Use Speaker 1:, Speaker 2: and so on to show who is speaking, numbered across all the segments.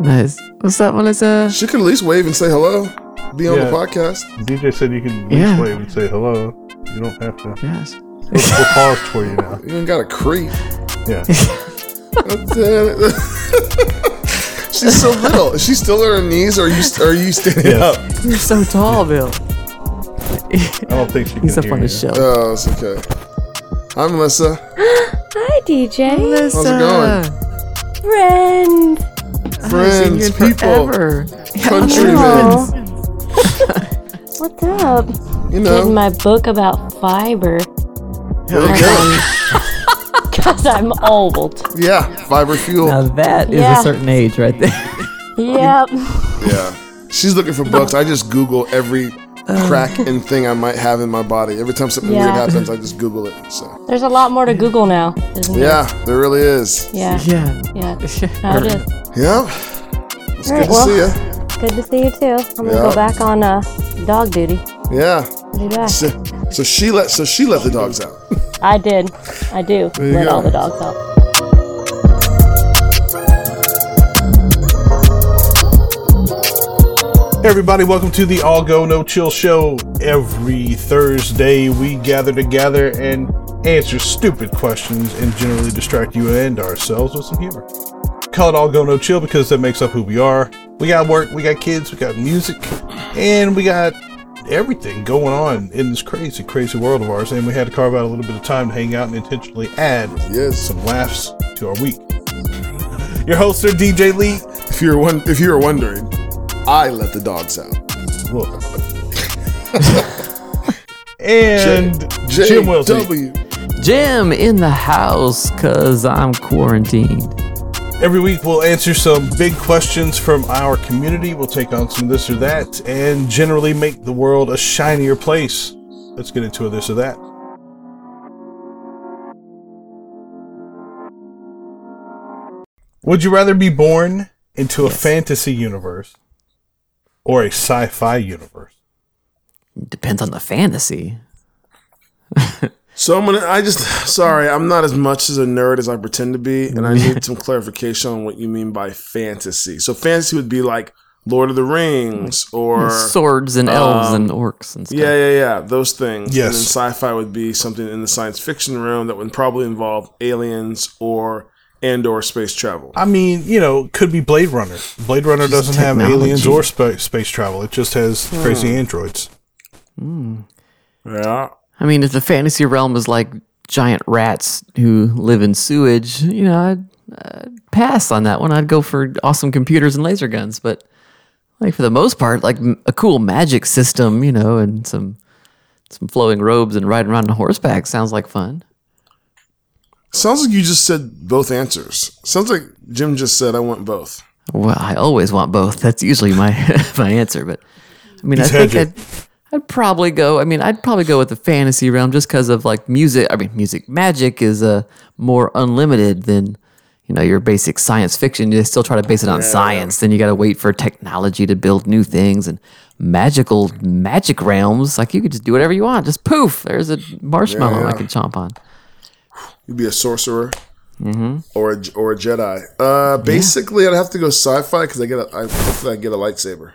Speaker 1: Nice. What's up, Melissa?
Speaker 2: She could at least wave and say hello. Be on
Speaker 3: Yeah.
Speaker 2: the podcast.
Speaker 3: DJ said you can
Speaker 1: Yeah.
Speaker 3: yeah. wave and say hello. You don't have to.
Speaker 1: Yes.
Speaker 3: We'll, we'll pause for you now.
Speaker 2: You ain't got a creep.
Speaker 3: Yeah.
Speaker 2: God damn it. She's so little. Is she still on her knees, or are you are you standing
Speaker 3: Yeah.
Speaker 2: up?
Speaker 1: You're so tall, Bill.
Speaker 3: I don't think she can
Speaker 1: He's up
Speaker 3: hear
Speaker 1: on the
Speaker 3: you.
Speaker 1: shelf.
Speaker 2: Oh, it's okay. Hi, Melissa.
Speaker 4: Hi, DJ.
Speaker 1: Melissa.
Speaker 2: going?
Speaker 4: Friend.
Speaker 2: Friends, people,
Speaker 1: Forever.
Speaker 2: countrymen.
Speaker 4: Hello. What's up?
Speaker 2: You
Speaker 4: Reading
Speaker 2: know.
Speaker 4: my book about fiber.
Speaker 2: There you go.
Speaker 4: Because I'm old.
Speaker 2: Yeah, fiber
Speaker 1: Now
Speaker 2: fuel.
Speaker 1: that is
Speaker 4: Yeah.
Speaker 1: a certain age right there.
Speaker 4: Yep.
Speaker 2: Yeah. She's looking for books. I just Google every crack and thing I might have in my body. Every time something weird
Speaker 4: Yeah.
Speaker 2: happens, I just Google it. So
Speaker 4: There's a lot more to Google now, isn't there?
Speaker 2: yeah, there really is.
Speaker 4: Yeah.
Speaker 1: yeah.
Speaker 4: Yeah. Now it is.
Speaker 2: Yeah. It's good
Speaker 4: All right,
Speaker 2: to
Speaker 4: well-
Speaker 2: see you.
Speaker 4: Good to see you too. I'm gonna
Speaker 2: Yeah.
Speaker 4: go back on uh, dog duty.
Speaker 2: Yeah.
Speaker 4: I'll be back.
Speaker 2: So, so she let so she let the dogs out.
Speaker 4: I did. I do.
Speaker 2: you
Speaker 4: Let
Speaker 2: go.
Speaker 4: all the dogs out.
Speaker 3: Hey everybody, welcome to the All Go No Chill Show. Every Thursday, we gather together and answer stupid questions and generally distract you and ourselves with some humor. Call it All Go No Chill because that makes up who we are. We got work, we got kids, we got music, and we got everything going on in this crazy, crazy world of ours. And we had to carve out a little bit of time to hang out and intentionally add
Speaker 2: Yes.
Speaker 3: some laughs to our week. Your hosts are DJ Lee.
Speaker 2: If you're one, if you were wondering, I let the dogs out.
Speaker 3: Look. and Jim Wilson.
Speaker 2: J.W..
Speaker 1: Jim in the house because I'm quarantined.
Speaker 3: Every week we'll answer some big questions from our community. We'll take on some this or that and generally make the world a shinier place. Let's get into a this or that. Would you rather be born into a fantasy universe or a sci fi universe?
Speaker 1: Depends on the fantasy.
Speaker 2: So I'm gonna. I just sorry. I'm not as much as a nerd as I pretend to be, and I need some clarification on what you mean by fantasy. So fantasy would be like Lord of the Rings or
Speaker 1: Swords
Speaker 2: Um,
Speaker 1: and elves and orcs and stuff.
Speaker 2: yeah, yeah, yeah, those things.
Speaker 3: Yes.
Speaker 2: And then sci-fi would be something in the science fiction realm that would probably involve aliens or and or space travel.
Speaker 3: I mean, you know, could be Blade Runner. Blade Runner doesn't have
Speaker 1: technology.
Speaker 3: aliens or spa- space travel. It just has crazy androids.
Speaker 2: Yeah.
Speaker 1: I mean, if the fantasy realm is like giant rats who live in sewage, you know, I'd, I'd pass on that one. I'd go for awesome computers and laser guns. But like for the most part, like m- a cool magic system, you know, and some some flowing robes and riding around on horseback sounds like fun.
Speaker 2: Sounds like you just said both answers. Sounds like Jim just said I want both.
Speaker 1: Well, I always want both. That's usually my my answer. But I mean, I think
Speaker 3: hedging.
Speaker 1: I'd, I'd probably go. I mean, I'd probably go with the fantasy realm just because of like music. I mean, music magic is uh, more unlimited than you know your basic science fiction. You still try to base it on science. Then you got to wait for technology to build new things and magical magic realms. Like you could just do whatever you want. Just poof, there's a marshmallow I can chomp on.
Speaker 2: You'd be a sorcerer
Speaker 1: Mm-hmm.
Speaker 2: or a, or a Jedi. Uh, basically, I'd have to go sci-fi because I get a, I, hopefully I get a lightsaber.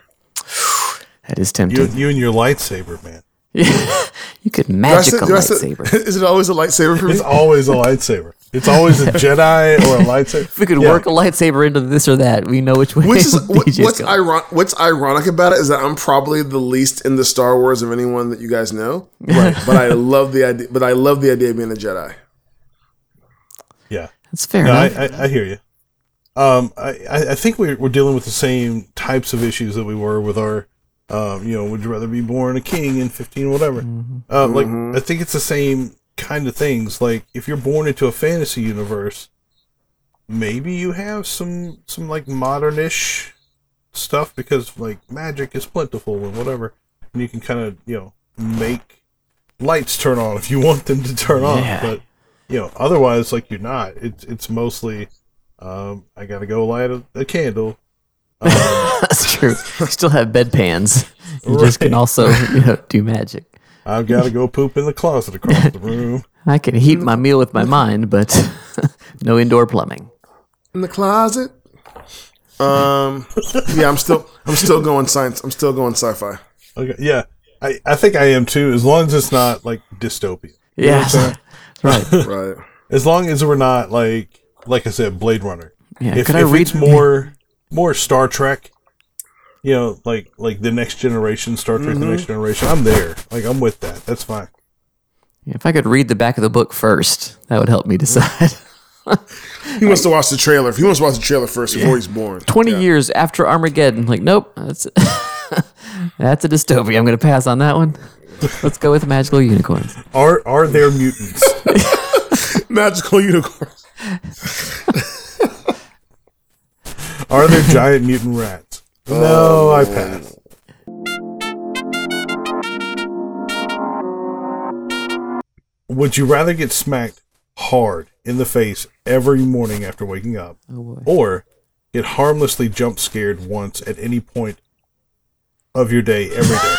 Speaker 1: That is
Speaker 3: You,
Speaker 1: tempting. You,
Speaker 3: you and your lightsaber, man.
Speaker 1: could
Speaker 2: Did I say-
Speaker 1: magic a
Speaker 2: did I say-
Speaker 1: lightsaber.
Speaker 2: is it always a lightsaber for me?
Speaker 3: It's always a lightsaber. It's always a Jedi or a lightsaber.
Speaker 1: If we could
Speaker 3: Yeah.
Speaker 1: work a lightsaber into this or that, we know which way.
Speaker 2: Which is what,
Speaker 1: DJ's
Speaker 2: what's
Speaker 1: going.
Speaker 2: ironic? What's ironic about it is that I'm probably the least in the Star Wars of anyone that you guys know. Right. but I love the idea. But I love the idea of being a Jedi.
Speaker 3: Yeah.
Speaker 1: That's fair
Speaker 3: No, I,
Speaker 1: enough.
Speaker 3: I, I hear you. Um, I, I I think we're, we're dealing with the same types of issues that we were with our, um, you know, would you rather be born a king in 15, whatever.
Speaker 1: Mm-hmm.
Speaker 3: Uh, like, I think it's the same kind of things. Like, if you're born into a fantasy universe, maybe you have some, some like modernish stuff because like magic is plentiful and whatever. And you can kind of, you know, make lights turn on if you want them to turn
Speaker 1: Yeah.
Speaker 3: on. But you know, otherwise, like you're not. It's it's mostly, um, I gotta go light a, a candle.
Speaker 1: That's true. You still have bedpans. You just can
Speaker 3: Right.
Speaker 1: also you know, do magic.
Speaker 3: I've gotta go poop in the closet across the room.
Speaker 1: I can heat my meal with my mind, but no indoor plumbing.
Speaker 2: In the closet. Um, yeah, I'm still I'm still going science. I'm still going sci-fi.
Speaker 3: Okay, yeah, I, I think I am too. As long as it's not like dystopian.
Speaker 1: Yeah. right.
Speaker 2: Right.
Speaker 3: As long as we're not like like I said, Blade Runner.
Speaker 1: Yeah.
Speaker 3: if
Speaker 1: could
Speaker 3: if
Speaker 1: I read
Speaker 3: it's more more Star Trek, you know, like like the Next Generation, Star Trek, the
Speaker 1: Mm-hmm.
Speaker 3: Next Generation, I'm there. Like I'm with that. That's fine.
Speaker 1: If I could read the back of the book first, that would help me decide.
Speaker 2: He wants to watch the trailer. If he wants to watch the trailer first before he's born.
Speaker 1: 20
Speaker 2: Yeah.
Speaker 1: years after Armageddon. Like, nope, that's that's a dystopia. I'm going to pass on that one. Let's go with magical unicorns.
Speaker 3: Are are there mutants?
Speaker 2: Magical unicorns.
Speaker 3: Are there giant mutant rats? No, I pass. Would you rather get smacked hard in the face every morning after waking up, or get harmlessly jump scared once at any point of your day every day?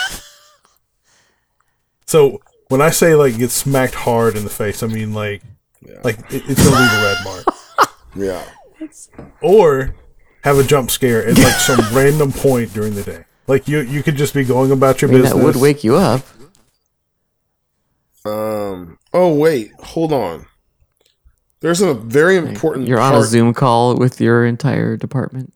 Speaker 3: so when I say like get smacked hard in the face, I mean like like it, it's gonna leave a red mark
Speaker 2: Yeah.
Speaker 3: or have a jump scare at like some random point during the day. Like you, you could just be going about your
Speaker 1: I mean, that
Speaker 3: business.
Speaker 1: would wake you up.
Speaker 2: Um. Oh wait, hold on. There's a very important.
Speaker 1: You're on a
Speaker 2: part-
Speaker 1: Zoom call with your entire department.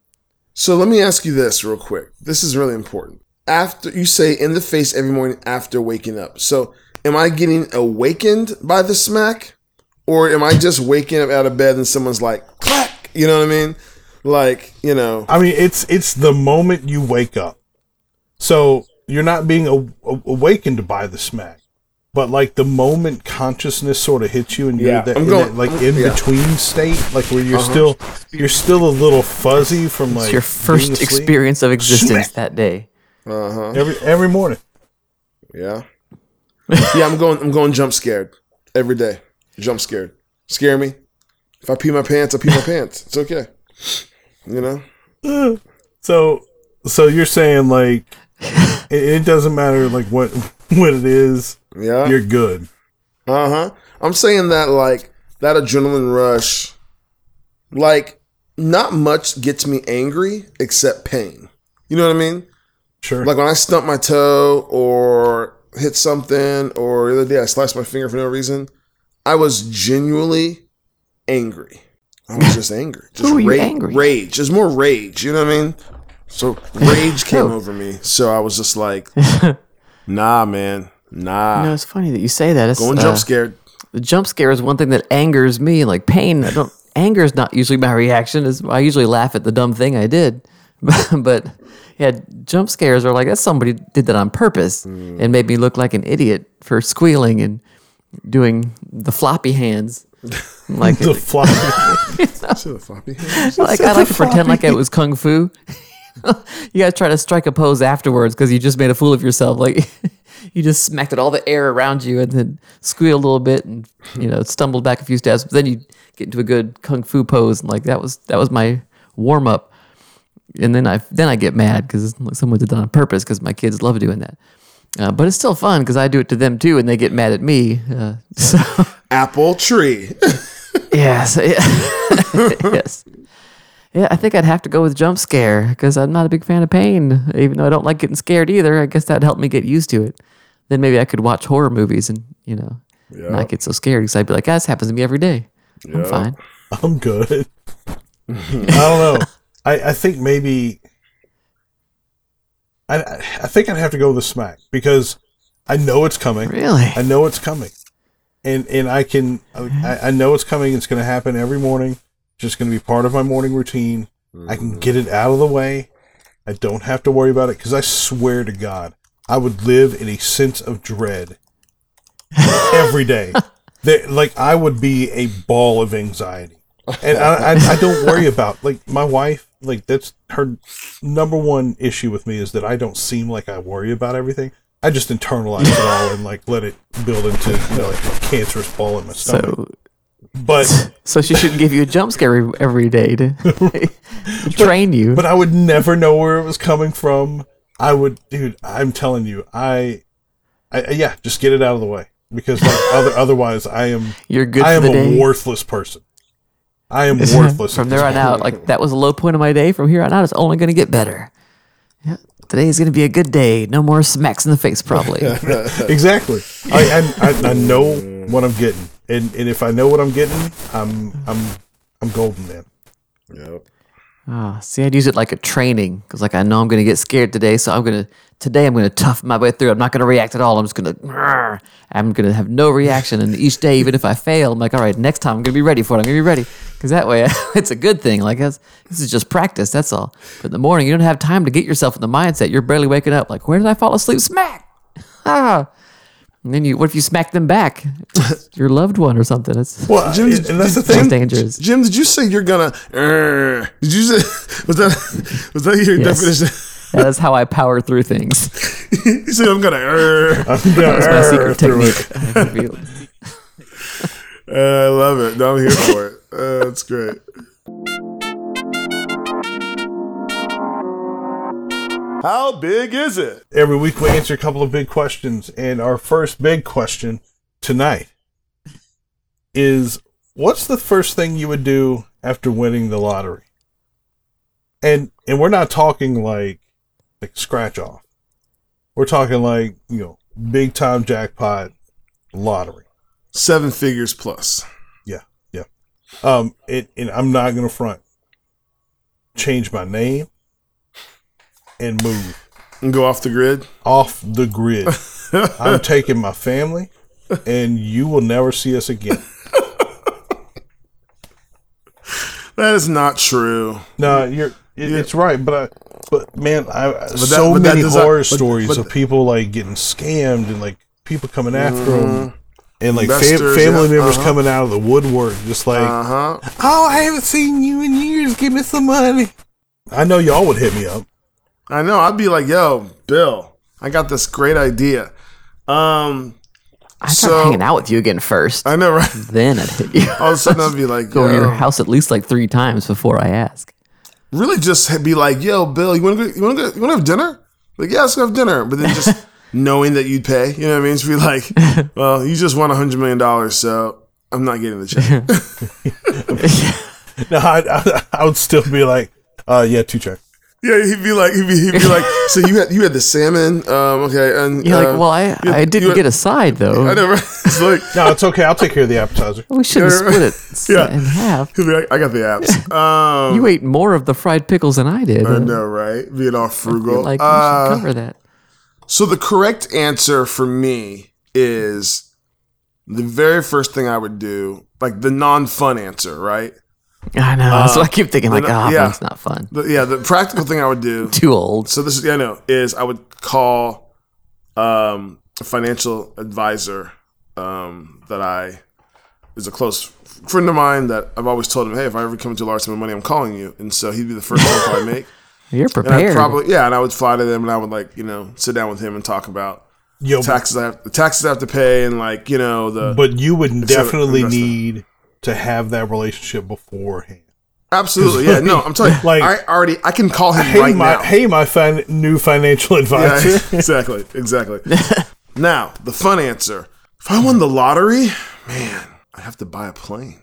Speaker 2: So let me ask you this real quick. This is really important. After you say in the face every morning after waking up. So am I getting awakened by the smack? Or am I just waking up out of bed and someone's like clack? You know what I mean? Like, you know.
Speaker 3: I mean, it's it's the moment you wake up, so you're not being a, a- awakened by the smack, but like the moment consciousness sort of hits you and you're
Speaker 2: Yeah,
Speaker 3: that,
Speaker 2: I'm
Speaker 3: in
Speaker 2: going-
Speaker 3: that, like
Speaker 2: I'm-
Speaker 3: in
Speaker 2: yeah. Uh-huh.
Speaker 3: between state, like where you're still you're still a little fuzzy from like
Speaker 1: It's your
Speaker 3: being
Speaker 1: first
Speaker 3: asleep.
Speaker 1: experience of existence that day.
Speaker 2: Uh-huh.
Speaker 3: every every morning.
Speaker 2: Yeah. yeah, I'm going I'm going jump scared. Every day. Jump scared. Scare me. If I pee my pants, I pee my pants. It's okay. You know?
Speaker 3: So, so you're saying like it, it doesn't matter like what what it is,
Speaker 2: Yeah.
Speaker 3: you're good.
Speaker 2: Uh huh. I'm saying that like that adrenaline rush, like not much gets me angry except pain. You know what I mean?
Speaker 3: Sure.
Speaker 2: Like when I stump my toe or hit something, or the other day I sliced my finger for no reason. I was genuinely angry. I was just angry. Just
Speaker 1: were you
Speaker 2: ra-
Speaker 1: angry?
Speaker 2: Rage. There's more rage. You know what I mean? So rage came
Speaker 1: Oh.
Speaker 2: over me. So I was just like, nah, man, nah.
Speaker 1: You know, it's funny that you say that. It's,
Speaker 2: Going
Speaker 1: uh,
Speaker 2: jump scared.
Speaker 1: The jump scare is one thing that angers me, and like pain. I don't. Anger is not usually my reaction. Is I usually laugh at the dumb thing I did, but yeah, jump scares are like that's somebody did that on purpose
Speaker 3: Hmm.
Speaker 1: and made me look like an idiot for squealing and doing the floppy hands. Like,
Speaker 3: the fly.
Speaker 2: To the floppy.
Speaker 1: like I like to pretend like it was kung fu. you guys try to strike a pose afterwards because you just made a fool of yourself. Like you just smacked at all the air around you and then squealed a little bit and you know stumbled back a few steps. But then you get into a good kung fu pose and like that was that was my warm up. And then I then I get mad because like someone did that on purpose because my kids love doing that. Uh, but it's still fun because I do it to them too, and they get mad at me. Uh, so
Speaker 2: apple tree.
Speaker 1: Yes. yes. Yeah, I think I'd have to go with jump scare because I'm not a big fan of pain, even though I don't like getting scared either. I guess that'd help me get used to it. Then maybe I could watch horror movies and, you know, not get so scared because I'd be like, "Ah, this happens to me every day. I'm fine.
Speaker 3: I'm good. I don't know. I, I think maybe I I I think I'd have to go with the smack because I know it's coming.
Speaker 1: Really?
Speaker 3: I know it's coming, and and I can I, I know it's coming. It's going to happen every morning. It's just going to be part of my morning routine. I can get it out of the way. I don't have to worry about it because I swear to God, I would live in a sense of dread every day. That like I would be a ball of anxiety, and I, I I don't worry about like my wife. Like that's her number one issue with me is that I don't seem like I worry about everything. I just internalize it all and like let it build into you know, like a cancerous ball in my stomach.
Speaker 1: So,
Speaker 3: but
Speaker 1: so she shouldn't give you a jump scare every- every day to to train you.
Speaker 3: but I would never know where it was coming from. I would, dude. I'm telling you, I, I I- yeah, just get it out of the way because like other otherwise I am
Speaker 1: You're good
Speaker 3: I
Speaker 1: for
Speaker 3: am
Speaker 1: the
Speaker 3: a
Speaker 1: day.
Speaker 3: worthless person. I am worthless.
Speaker 1: from
Speaker 3: at
Speaker 1: there on
Speaker 3: this
Speaker 1: out, like that was a low point of my day. From here on out, it's only going to get better. Yeah, today is going to be a good day. No more smacks in the face, probably.
Speaker 3: point. Exactly. I, I, I I know what I'm getting, and and if I know what I'm getting, I'm I'm I'm golden then.
Speaker 2: Yep.
Speaker 1: Ah, see, I'd use it like a training because, like, I know I'm going to get scared today, so I'm going to today I'm going to tough my way through. I'm not going to react at all. I'm just going to. I'm going to have no reaction, and each day, even if I fail, I'm like, all right, next time I'm going to be ready for it. I'm going to be ready because that way it's a good thing. Like, that's, this is just practice. That's all. But in the morning, you don't have time to get yourself in the mindset. You're barely waking up. Like, where did I fall asleep? Smack. Ah. And then you, what if you smack them back? It's your loved one or something. It's,
Speaker 3: Well,
Speaker 2: Jim,
Speaker 3: and, and that's the
Speaker 1: it's
Speaker 3: thing.
Speaker 1: dangerous.
Speaker 2: Jim, did you say you're gonna? Err, did you say was that was that your
Speaker 1: Yes.
Speaker 2: definition?
Speaker 1: That's how I power through things.
Speaker 2: you said I'm gonna. Err.
Speaker 3: That's
Speaker 1: my secret technique.
Speaker 2: Uh, I love it. No, I'm here for it. Uh, that's great. How big is it?
Speaker 3: Every week we answer a couple of big questions, and our first big question tonight is: What's the first thing you would do after winning the lottery? And and we're not talking like like scratch off. We're talking like you know big time jackpot lottery.
Speaker 2: Seven figures plus.
Speaker 3: Yeah, yeah. Um, it, and I'm not gonna front. Change my name and move
Speaker 2: And go off the grid.
Speaker 3: off the grid. I'm taking my family, and you will never see us again.
Speaker 2: That is not true.
Speaker 3: No, you're. It, It's right, but I, but man, I,
Speaker 2: that-
Speaker 3: so
Speaker 2: but that
Speaker 3: many
Speaker 2: does not-
Speaker 3: horror
Speaker 2: but-
Speaker 3: stories
Speaker 2: but-
Speaker 3: of people like getting scammed and like people coming after them, and like fam-
Speaker 2: Mm-hmm. Investors,
Speaker 3: family
Speaker 2: yeah,
Speaker 3: members
Speaker 2: uh-huh.
Speaker 3: coming out of the woodwork, just like,
Speaker 2: Uh huh.
Speaker 3: oh, I haven't seen you in years. Give me some money. I know y'all would hit me up.
Speaker 2: I know. I'd be like, yo, Bill, I got this great idea. Um,
Speaker 1: I start
Speaker 2: So-
Speaker 1: hanging out with you again first.
Speaker 2: I know, right?
Speaker 1: then I'd hit you.
Speaker 2: All of a sudden, I'd be like,
Speaker 1: Go to your
Speaker 2: yo,
Speaker 1: house at least like three times before I ask.
Speaker 2: really just be like, yo, Bill, you want to you want to you want to have dinner? Like, yeah, let's go have dinner. But then just knowing that you'd pay, you know what I mean? Just be like, well, you just won a hundred million dollars, so I'm not getting the check.
Speaker 3: No, I, I, I would still be like, uh, yeah, two check.
Speaker 2: yeah, he'd be like, he'd be, he'd be like, so you had you had the salmon, um, okay, and
Speaker 1: You're
Speaker 2: uh,
Speaker 1: like, well, I,
Speaker 2: you-
Speaker 1: I didn't
Speaker 2: you-
Speaker 1: get a side though.
Speaker 2: I know, right? It's like,
Speaker 3: No, it's okay. I'll take care of the appetizer.
Speaker 1: we should have
Speaker 2: Yeah, right.
Speaker 1: split it
Speaker 2: Yeah.
Speaker 1: in half.
Speaker 2: he'd be like, I got the apps. Um,
Speaker 1: You ate more of the fried pickles than I did.
Speaker 2: I
Speaker 1: Uh,
Speaker 2: know, right? Being all frugal.
Speaker 1: Like,
Speaker 2: Uh,
Speaker 1: you should cover that.
Speaker 2: So the correct answer for me is the very first thing I would do, like the non-fun answer, right?
Speaker 1: I know. so I keep thinking, like,
Speaker 2: then, uh,
Speaker 1: oh,
Speaker 2: yeah.
Speaker 1: that's not fun.
Speaker 2: The, yeah, the practical thing I would do.
Speaker 1: Too old.
Speaker 2: So this is yeah, I know is I would call um, a financial advisor um, that I is a close friend of mine that I've always told him, hey, if I ever come into a large sum of money, I'm calling you, and so he'd be the first phone call I make.
Speaker 1: You're
Speaker 2: And I
Speaker 1: prepared.
Speaker 2: probably yeah, and I would fly to them and I would like you know sit down with him and talk about
Speaker 3: Yo,
Speaker 2: taxes I have the taxes I have to pay and like you know the
Speaker 3: but you would
Speaker 2: Except
Speaker 3: definitely
Speaker 2: investment.
Speaker 3: need to have that relationship beforehand.
Speaker 2: absolutely yeah no I'm telling you
Speaker 3: Like-
Speaker 2: I already I can call him
Speaker 3: Hey,
Speaker 2: right
Speaker 3: my
Speaker 2: now
Speaker 3: hey, my fin- new financial
Speaker 2: Yeah,
Speaker 3: advisor.
Speaker 2: exactly exactly now the fun answer if I won the lottery man I'd have to buy a plane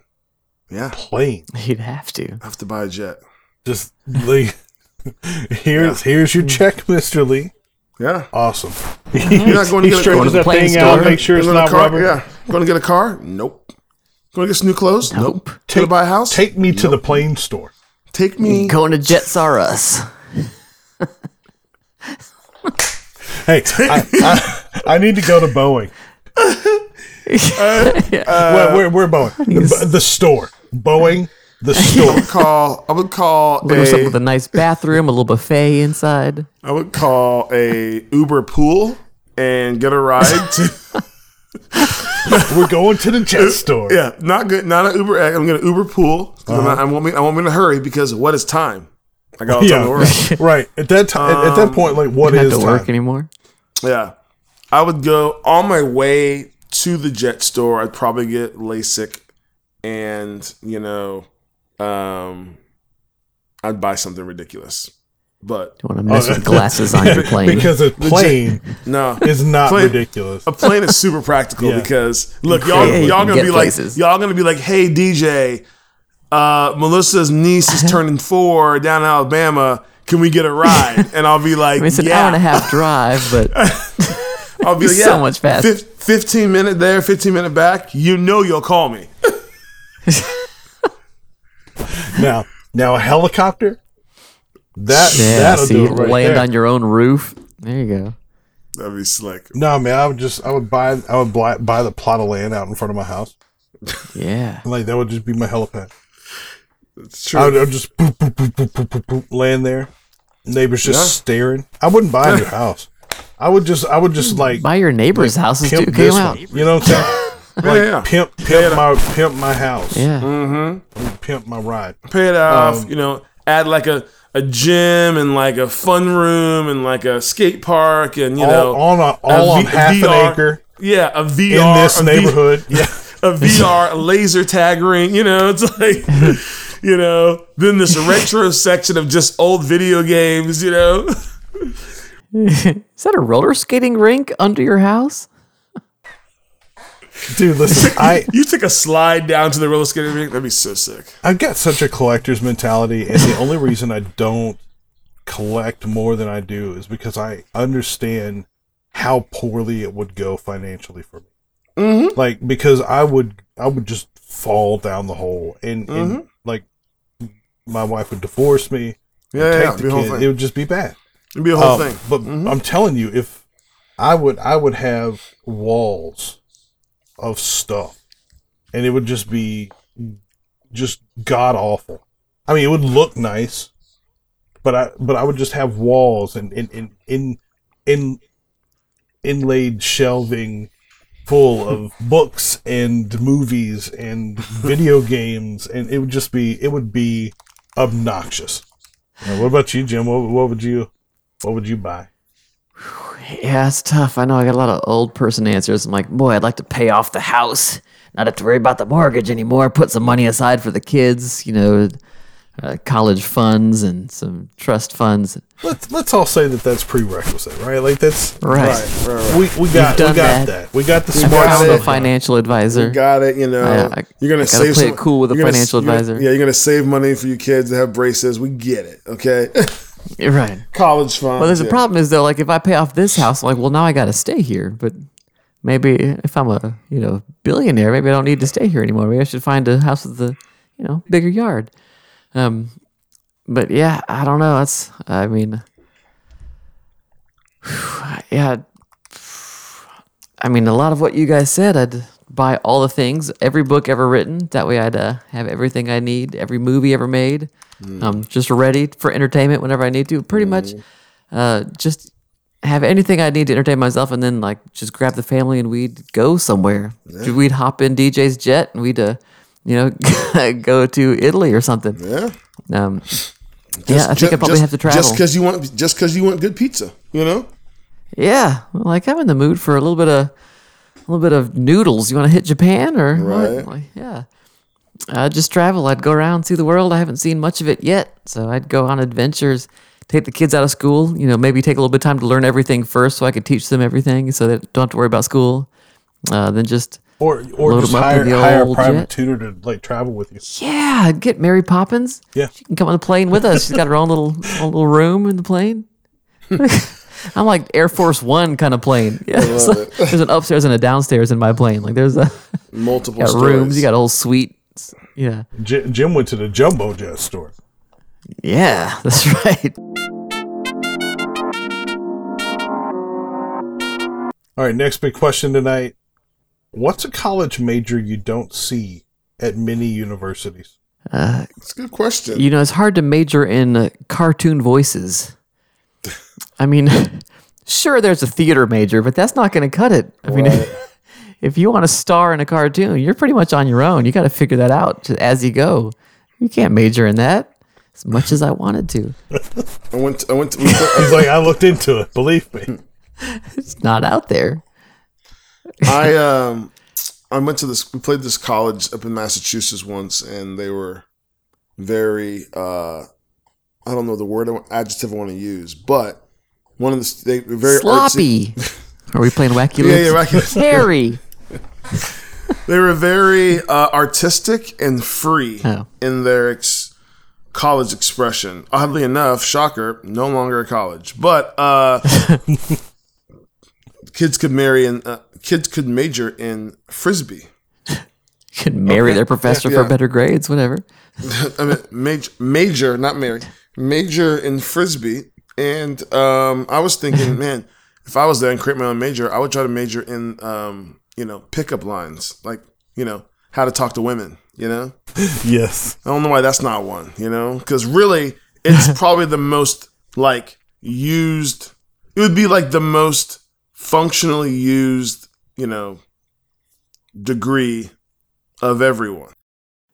Speaker 2: yeah
Speaker 3: Plane,
Speaker 1: You'd have to.
Speaker 2: I have to buy a jet
Speaker 3: just like here's here's your check, Mister Lee.
Speaker 2: yeah
Speaker 3: Awesome.
Speaker 2: you're not going to
Speaker 3: he
Speaker 2: get a- going
Speaker 3: straightens
Speaker 2: to
Speaker 1: the
Speaker 3: that
Speaker 1: plane
Speaker 3: thing out,
Speaker 1: store.
Speaker 3: make sure it's
Speaker 2: Going to
Speaker 3: not
Speaker 2: a car
Speaker 3: rubber.
Speaker 2: yeah going to get a car nope going to get some new clothes nope, Gonna
Speaker 3: Take-
Speaker 2: buy a house
Speaker 3: Take me to the plane store.
Speaker 2: take me
Speaker 1: Going to Jets R Us.
Speaker 3: Hey, I, I, I need to go to Boeing.
Speaker 2: Uh,
Speaker 3: where, where, where Boeing? The, the store. Boeing. The store.
Speaker 2: call I would call
Speaker 1: Look for something
Speaker 2: a
Speaker 1: with a nice bathroom, a little buffet inside.
Speaker 2: I would call a Uber pool and get a ride to
Speaker 3: We're going to the jet store.
Speaker 2: yeah not good not an Uber I'm gonna Uber pool 'cause I'm not, I won't be I won't be in a hurry because what is time I got all the time in the world.
Speaker 3: Yeah, right. At that time, at that point, like what
Speaker 1: Don't Um, have
Speaker 3: is
Speaker 1: to
Speaker 3: time?
Speaker 1: work anymore.
Speaker 2: yeah I would go on my way to the jet store I'd probably get LASIK and you know um I'd buy something ridiculous but
Speaker 1: Don't want to mess with glasses on your plane.
Speaker 3: because a plane
Speaker 2: no
Speaker 3: is not
Speaker 2: Plane-
Speaker 3: ridiculous.
Speaker 2: a plane is super practical
Speaker 3: Yeah.
Speaker 2: because look, y'all
Speaker 1: Yeah, you
Speaker 2: y'all
Speaker 1: can
Speaker 2: gonna
Speaker 1: get
Speaker 2: be like
Speaker 1: places.
Speaker 2: y'all gonna be like, hey DJ, uh, Melissa's niece is turning four down in Alabama. Can we get a ride? And I'll be like,
Speaker 1: I mean, it's an
Speaker 2: yeah.
Speaker 1: hour and a half drive, but
Speaker 2: I'll be
Speaker 1: It's
Speaker 2: like, yeah,
Speaker 1: so much faster.
Speaker 2: fif- Fifteen minute there, fifteen minute back. You know you'll call me.
Speaker 3: Now, now a helicopter. That
Speaker 1: yeah,
Speaker 3: that'll
Speaker 1: see,
Speaker 3: do it right
Speaker 1: land
Speaker 3: there.
Speaker 1: on your own roof. There you go.
Speaker 2: That'd be slick.
Speaker 3: no, man, I would just I would buy I would buy, buy the plot of land out in front of my house.
Speaker 1: Yeah.
Speaker 3: And, Like that would just be my helipad.
Speaker 2: It's
Speaker 3: I
Speaker 2: true.
Speaker 3: would, I would just boop, boop, boop, boop, boop, boop, boop, land there. Neighbors just staring. I wouldn't buy a new house. I would just I would just like
Speaker 1: By your neighbor's houses too.
Speaker 3: pimp
Speaker 1: Came
Speaker 3: this
Speaker 1: out.
Speaker 3: one. You know what I'm saying? like
Speaker 2: Yeah, yeah.
Speaker 3: pimp pimp my pimp my house.
Speaker 1: Yeah.
Speaker 3: Pimp my ride.
Speaker 2: Pay it off.
Speaker 3: um,
Speaker 2: you know, add like a a gym and like a fun room and like a skate park and you
Speaker 3: All,
Speaker 2: know
Speaker 3: on a, all
Speaker 2: a
Speaker 3: on
Speaker 2: V-
Speaker 3: half
Speaker 2: VR
Speaker 3: an acre
Speaker 2: Yeah, a
Speaker 3: in
Speaker 2: VR
Speaker 3: this
Speaker 2: a V-
Speaker 3: neighborhood. yeah.
Speaker 2: a VR a laser tag ring. You know, it's like, you know, then this retro section of just old video games. You know,
Speaker 1: Is that a roller skating rink under your house?
Speaker 3: Dude, listen, I
Speaker 2: you took a slide down to the roller skating rink. That'd be so sick.
Speaker 3: I've got such a collector's mentality, and the only reason I don't collect more than I do is because I understand how poorly it would go financially for me. Mm-hmm. Like because I would I would just fall down the hole, and,
Speaker 2: Mm-hmm.
Speaker 3: and like my wife would divorce me,
Speaker 2: Yeah,
Speaker 3: take
Speaker 2: yeah,
Speaker 3: the
Speaker 2: be a whole
Speaker 3: kid,
Speaker 2: thing.
Speaker 3: it would just be bad.
Speaker 2: It'd be a
Speaker 1: Oh.
Speaker 2: whole
Speaker 3: Um,
Speaker 2: thing. Mm-hmm.
Speaker 3: But I'm telling you, if I would, I would have walls of stuff, and it would just be just god awful. I mean, it would look nice, but I but I would just have walls and in in in in inlaid shelving full of books and movies and video games and it would just be it would be obnoxious now, what about you jim what, what would you what would you buy?
Speaker 1: Yeah, it's tough. I know I got a lot of old person answers. I'm like, boy, I'd like to pay off the house, not have to worry about the mortgage anymore. Put some money aside for the kids, you know, uh, college funds and some trust funds.
Speaker 3: Let's let's all say that that's prerequisite, right? Like that's
Speaker 1: Right.
Speaker 3: we we got we
Speaker 1: done
Speaker 3: got
Speaker 1: that.
Speaker 3: that. we got the
Speaker 1: I
Speaker 3: smart
Speaker 1: found a
Speaker 3: stuff.
Speaker 1: financial advisor.
Speaker 2: Got it. You know,
Speaker 1: Oh, I- I-
Speaker 2: you're gonna
Speaker 1: I gotta
Speaker 2: save.
Speaker 1: play it
Speaker 2: some-
Speaker 1: cool with a
Speaker 2: you're gonna-
Speaker 1: financial
Speaker 2: you're gonna-
Speaker 1: advisor.
Speaker 2: yeah, you're gonna save money for your kids to have braces. We get it. Okay,
Speaker 1: You're right.
Speaker 2: college fund.
Speaker 1: But there's a problem is though, like if I pay off this house, I'm like, well, now I got to stay here. But maybe if I'm a you know billionaire, maybe I don't need to stay here anymore. Maybe I should find a house with a you know bigger yard. Um, but yeah, I don't know. That's I mean, yeah. I mean, a lot of what you guys said, I'd buy all the things, every book ever written. That way, I'd uh, have everything I need, every movie ever made, um, just ready for entertainment whenever I need to. Pretty much, uh, just have anything I need to entertain myself, and then like just grab the family and we'd go somewhere. We'd hop in DJ's jet and we'd, uh, you know, go to Italy or something.
Speaker 2: Yeah.
Speaker 1: Um, yeah, I think I probably have to travel.
Speaker 2: Just because you want, just because you want good pizza. You know.
Speaker 1: Yeah, like I'm in the mood for a little bit of a little bit of noodles. You want to hit Japan or what?
Speaker 2: Right.
Speaker 1: Like, yeah. I'd just travel. I'd go around, see the world. I haven't seen much of it yet, so I'd go on adventures. Take the kids out of school. You know, maybe take a little bit of time to learn everything first, so I could teach them everything, so they don't have to worry about school. Uh, then just
Speaker 3: Or or
Speaker 1: Load
Speaker 3: just
Speaker 1: 'em up
Speaker 3: hire,
Speaker 1: with the
Speaker 3: hire a
Speaker 1: old
Speaker 3: private
Speaker 1: jet.
Speaker 3: tutor to like travel with you.
Speaker 1: yeah, I'd get Mary Poppins.
Speaker 3: Yeah.
Speaker 1: she can come on the plane with us. She's got her own little own little room in the plane. I'm like Air Force One kind of plane. Yeah, it's like- there's an upstairs and a downstairs in my plane. Like there's a
Speaker 2: Multiple
Speaker 1: got
Speaker 2: stories.
Speaker 1: rooms, you got whole suites. Yeah,
Speaker 3: J- Jim went to the jumbo jet store.
Speaker 1: yeah, that's right.
Speaker 3: All right, next big question tonight: What's a college major you don't see at many universities?
Speaker 2: It's a good question.
Speaker 1: You know, it's hard to major in uh, cartoon voices. I mean, sure, there's a theater major, but that's not going to cut it. I mean, if you want to star in a cartoon, you're pretty much on your own. You got to figure that out to- as you go. You can't major in that as much as I wanted to.
Speaker 2: I went. I went. To, we took-
Speaker 3: He's like, I looked into it. Believe me,
Speaker 1: It's not out there.
Speaker 2: I um I went to this we played this college up in Massachusetts once and they were very uh I don't know the word adjective I want to use, but one of the they were very artsy-
Speaker 1: Sloppy. Are we playing Wacky
Speaker 2: Yeah, yeah,
Speaker 1: Lips?
Speaker 2: Wacky Lips.
Speaker 1: Harry.
Speaker 2: They were very uh, artistic and free
Speaker 1: Oh.
Speaker 2: in their ex- college expression. Oddly enough, shocker, no longer a college, but uh, kids could marry and uh, kids could major in frisbee.
Speaker 1: Could marry their professor
Speaker 2: yeah.
Speaker 1: for better grades, whatever.
Speaker 2: I mean, major, major, not marry, major in frisbee. And um, I was thinking, man, if I was there and create my own major, I would try to major in, um, you know, pickup lines, like you know, how to talk to women. You know,
Speaker 3: Yes.
Speaker 2: I don't know why that's not one. You know, because really, it's probably the most like used. It would be like the most functionally used, you know, degree of everyone.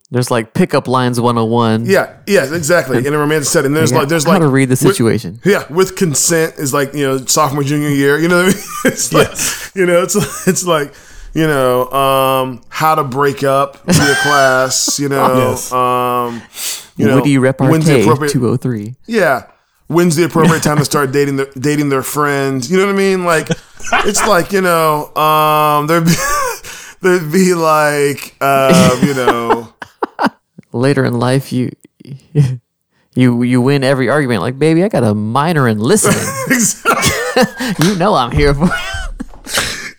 Speaker 1: There's like pickup lines 101.
Speaker 2: Yeah, yeah, exactly. In a romantic setting, there's
Speaker 1: Yeah,
Speaker 2: like there's
Speaker 1: how
Speaker 2: like
Speaker 1: to read the
Speaker 2: with-
Speaker 1: situation.
Speaker 2: yeah, with consent is like you know sophomore junior year. You know what I mean? It's like you know it's it's like you know um, how to break up with your class. You know,
Speaker 3: Yes.
Speaker 2: um, you know
Speaker 1: Woody
Speaker 2: when's the
Speaker 1: repartee
Speaker 2: appropriate
Speaker 1: 203.
Speaker 2: yeah when's the appropriate time to start dating their dating their friends you know what i mean like it's like you know um there'd be, there'd be like um, you know
Speaker 1: Later in life, you you you win every argument. Like, baby, I got a minor in listening. you know I'm here for.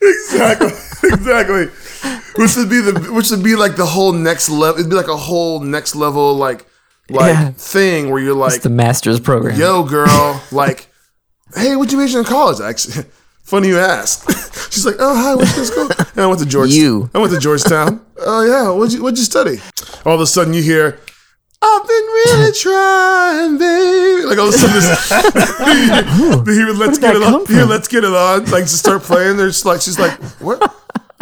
Speaker 2: exactly exactly which would be the which would be like the whole next level it'd be like a whole next level like like
Speaker 1: Yeah.
Speaker 2: thing where you're like
Speaker 1: It's the master's program.
Speaker 2: yo girl like hey what'd you major in college actually funny you ask she's like oh hi what's this school and i went to georgetown
Speaker 1: You.
Speaker 2: i went to georgetown oh yeah what'd you, what'd you study all of a sudden you hear I've been really trying, baby. Like all of a sudden, this, the here, let's
Speaker 1: that
Speaker 2: get it
Speaker 1: come
Speaker 2: on. Here,
Speaker 1: from?
Speaker 2: let's get it on. Like just start playing. They're just like, she's like, what?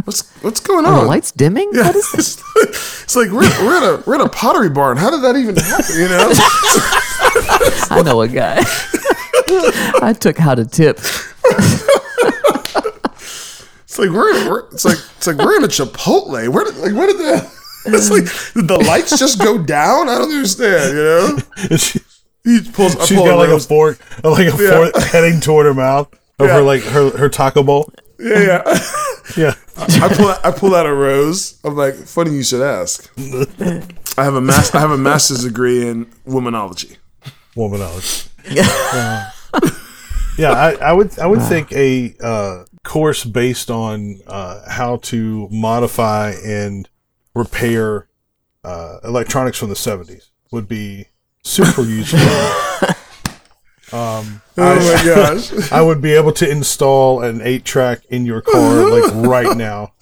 Speaker 2: What's what's going
Speaker 1: Oh,
Speaker 2: on?
Speaker 1: the lights dimming?
Speaker 2: Yeah.
Speaker 1: What is this?
Speaker 2: it's like we're, we're at a we're at a pottery barn. How did that even happen? You know?
Speaker 1: I know a guy. I took how to tip.
Speaker 2: It's like we're, in, we're it's like it's like we're in a Chipotle. Where did like where did the it's like did the lights just go down? I don't understand. You know,
Speaker 3: And she,
Speaker 2: he pulls. I
Speaker 3: she's
Speaker 2: pull
Speaker 3: got like a
Speaker 2: rose.
Speaker 3: fork, like a
Speaker 2: Yeah.
Speaker 3: fork heading toward her mouth of
Speaker 2: Yeah.
Speaker 3: her like her, her taco bowl.
Speaker 2: yeah, yeah.
Speaker 3: Yeah.
Speaker 2: I pull out- I pull out a rose. I'm like, funny you should ask. I have a mas- I have a master's degree in womanology.
Speaker 3: Womanology. Um, yeah, I, I would I would think a uh, course based on uh, how to modify and repair uh, electronics from the seventies would be super useful. um,
Speaker 2: Oh my gosh!
Speaker 3: I would be able to install an eight track in your car like right now.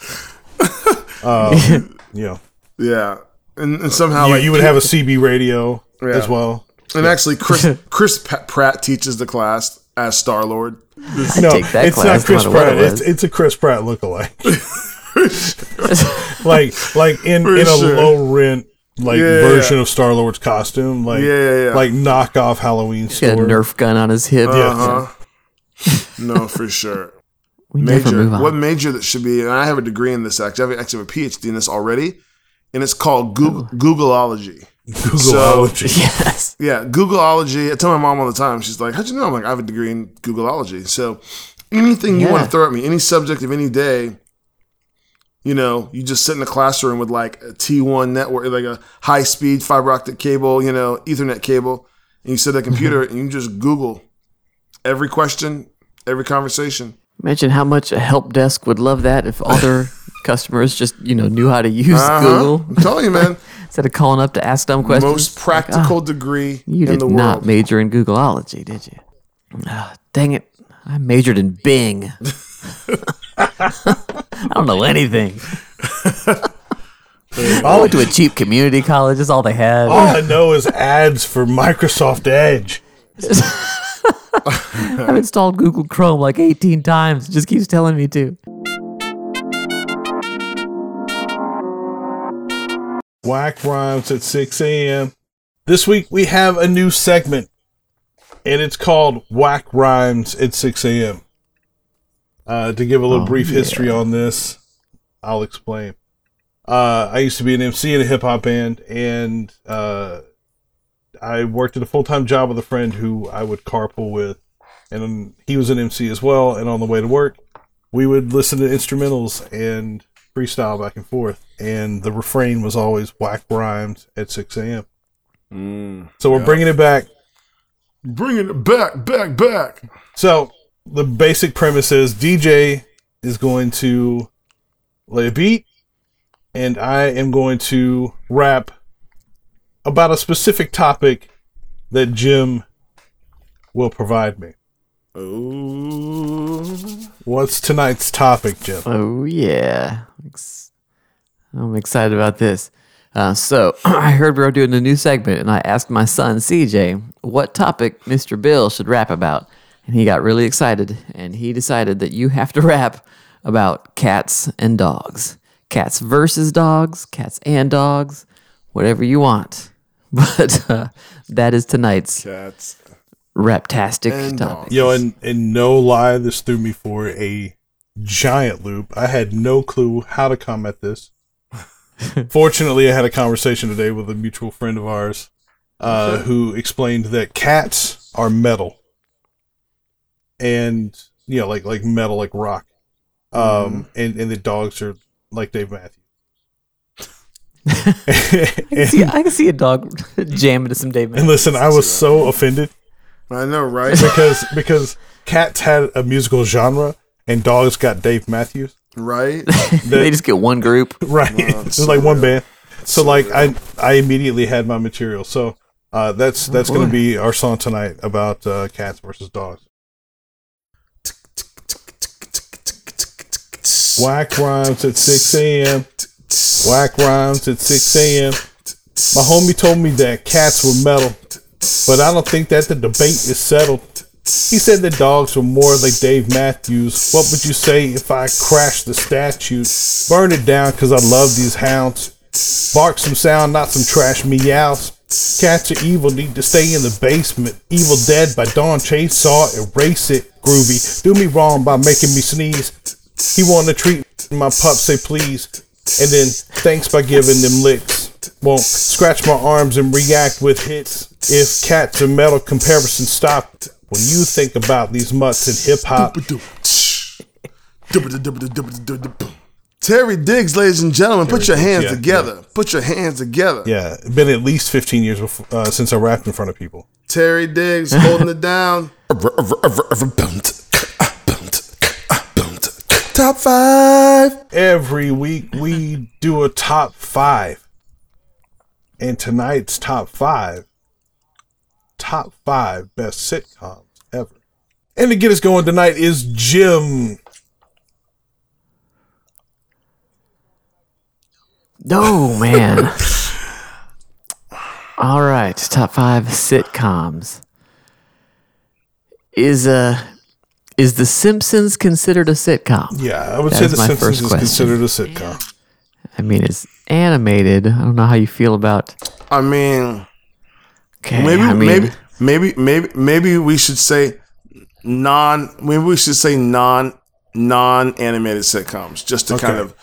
Speaker 3: Um, you know,
Speaker 2: yeah, and, and somehow
Speaker 3: you,
Speaker 2: like,
Speaker 3: you would have a CB radio
Speaker 2: Yeah.
Speaker 3: as well.
Speaker 2: and actually Chris Chris Pa- Pratt teaches the class as Star Lord.
Speaker 1: I take that
Speaker 3: it's
Speaker 1: class.
Speaker 3: not Chris
Speaker 1: no matter what
Speaker 3: Pratt.
Speaker 1: it
Speaker 3: It's,
Speaker 1: was.
Speaker 3: it's a Chris Pratt lookalike. like like in
Speaker 2: For
Speaker 3: in a
Speaker 2: sure.
Speaker 3: low rent like
Speaker 2: Yeah.
Speaker 3: version of Star Lord's costume, like
Speaker 2: Yeah, yeah, yeah.
Speaker 3: like knockoff Halloween
Speaker 1: He had a
Speaker 3: store.
Speaker 1: Nerf gun on his hip.
Speaker 3: Yeah.
Speaker 2: Uh huh. no, for sure.
Speaker 1: We never
Speaker 2: major.
Speaker 1: move on.
Speaker 2: What major that should be? And I have a degree in this. Actually, I have actually have a PhD in this already, and it's called Google, Googleology.
Speaker 3: Googleology.
Speaker 1: yes.
Speaker 2: Yeah, Googleology. I tell my mom all the time. She's like, "How'd you know?" I'm like, "I have a degree in Googleology." So anything you want
Speaker 1: Yeah.
Speaker 2: to throw at me, any subject of any day, you know, you just sit in a classroom with like a T1 network, like a high speed fiber optic cable, you know, Ethernet cable, and you sit
Speaker 1: Mm-hmm.
Speaker 2: at a computer and you just Google every question, every conversation.
Speaker 1: Imagine how much a help desk would love that if all their customers just you know knew how to use
Speaker 2: Uh-huh. I'm
Speaker 1: Google
Speaker 2: telling you, man.
Speaker 1: instead of calling up to ask dumb questions.
Speaker 2: most practical degree
Speaker 1: ah, you
Speaker 2: in
Speaker 1: did
Speaker 2: the
Speaker 1: not
Speaker 2: world.
Speaker 1: major in Googleology, did you? Ah, dang it! I majored in Bing. I don't know anything. I
Speaker 3: All,
Speaker 1: went to a cheap community college. That's all they had.
Speaker 3: all I know is ads for Microsoft Edge.
Speaker 1: I've installed Google Chrome like 18 times. It just keeps telling me to.
Speaker 3: Whack rhymes at 6 a.m. This week we have a new segment, and it's called Whack Rhymes at 6 a.m. Uh, to give a little
Speaker 1: Oh,
Speaker 3: brief history on this, I'll explain. Uh, I used to be an MC in a hip hop band, and uh, I worked at a full time job with a friend who I would carpool with, and he was an MC as well. And on the way to work, we would listen to instrumentals and freestyle back and forth, and the refrain was always whack rhymes at 6 a.m.
Speaker 2: Mm.
Speaker 3: So we're bringing it back.
Speaker 2: Bringing it back, back, back.
Speaker 3: So the basic premise is DJ is going to lay a beat, and I am going to rap about a specific topic that Jim will provide me.
Speaker 2: Oh,
Speaker 3: What's tonight's topic, Jim?
Speaker 1: Oh yeah, Ex- I'm excited about this. Uh, so I heard we were doing a new segment, and I asked my son CJ what topic Mr. Bill should rap about, and he got really excited, and he decided that you have to rap about cats and dogs, cats versus dogs, cats and dogs, whatever you want. But uh, that is tonight's
Speaker 2: cats
Speaker 1: raptastic
Speaker 2: and
Speaker 1: topic.
Speaker 2: dogs.
Speaker 3: Yo, and, and no lie, this threw me for a giant loop. I had no clue how to combat this. Fortunately, I had a conversation today with a mutual friend of ours uh, who explained that cats are metal. And, you know, like, like metal, like rock. Um, and, and the dogs are like Dave Matthews. and,
Speaker 1: See, I can see a dog jamming to some Dave.
Speaker 3: and
Speaker 1: Matthews.
Speaker 3: listen, I was so offended
Speaker 2: I know, right?
Speaker 3: because because cats had a musical genre and dogs got Dave Matthews.
Speaker 2: right?
Speaker 1: they just get one group.
Speaker 3: Right. it's like one band. So like I I immediately had my material. So uh, that's that's gonna be our song tonight about uh, cats versus dogs. Whack rhymes at six AM. Whack rhymes at six AM. My homie told me that cats were metal, but I don't think that the debate is settled. He said the dogs were more like Dave Matthews. What would you say if I crashed the statue? Burn it down because I love these hounds. Bark some sound, not some trash meows. Cats are evil, need to stay in the basement. Evil Dead by Don Chase saw erase it. Groovy, do me wrong by making me sneeze. He wanna treat my pup, say please. And then thanks by giving them licks. Won't scratch my arms and react with hits. If cats are metal comparison stop when you think about these mutts in hip hop.
Speaker 2: Terry Diggs, ladies and gentlemen, put your hands
Speaker 3: yeah,
Speaker 2: together. Put your hands together.
Speaker 3: Yeah, been at least 15 years before, uh, since I rapped in front of people.
Speaker 2: Terry Diggs holding it down. Top five.
Speaker 3: Every week we do a top five. And tonight's top five, top five best sitcoms ever. And to get us going tonight is Jim.
Speaker 1: No, Oh, man. All right, top five sitcoms. Is uh, is The Simpsons considered a sitcom?
Speaker 3: Yeah, I would
Speaker 1: That
Speaker 3: say
Speaker 1: is
Speaker 3: The
Speaker 1: my first
Speaker 3: Simpsons is
Speaker 1: question.
Speaker 3: considered a sitcom.
Speaker 1: I mean, it's animated. I don't know how you feel about.
Speaker 2: I mean,
Speaker 3: Eh,
Speaker 1: Okay,
Speaker 2: maybe,
Speaker 1: I mean,
Speaker 2: maybe, maybe, maybe, maybe we should say non. Maybe we should say non non animated sitcoms, just to kind of,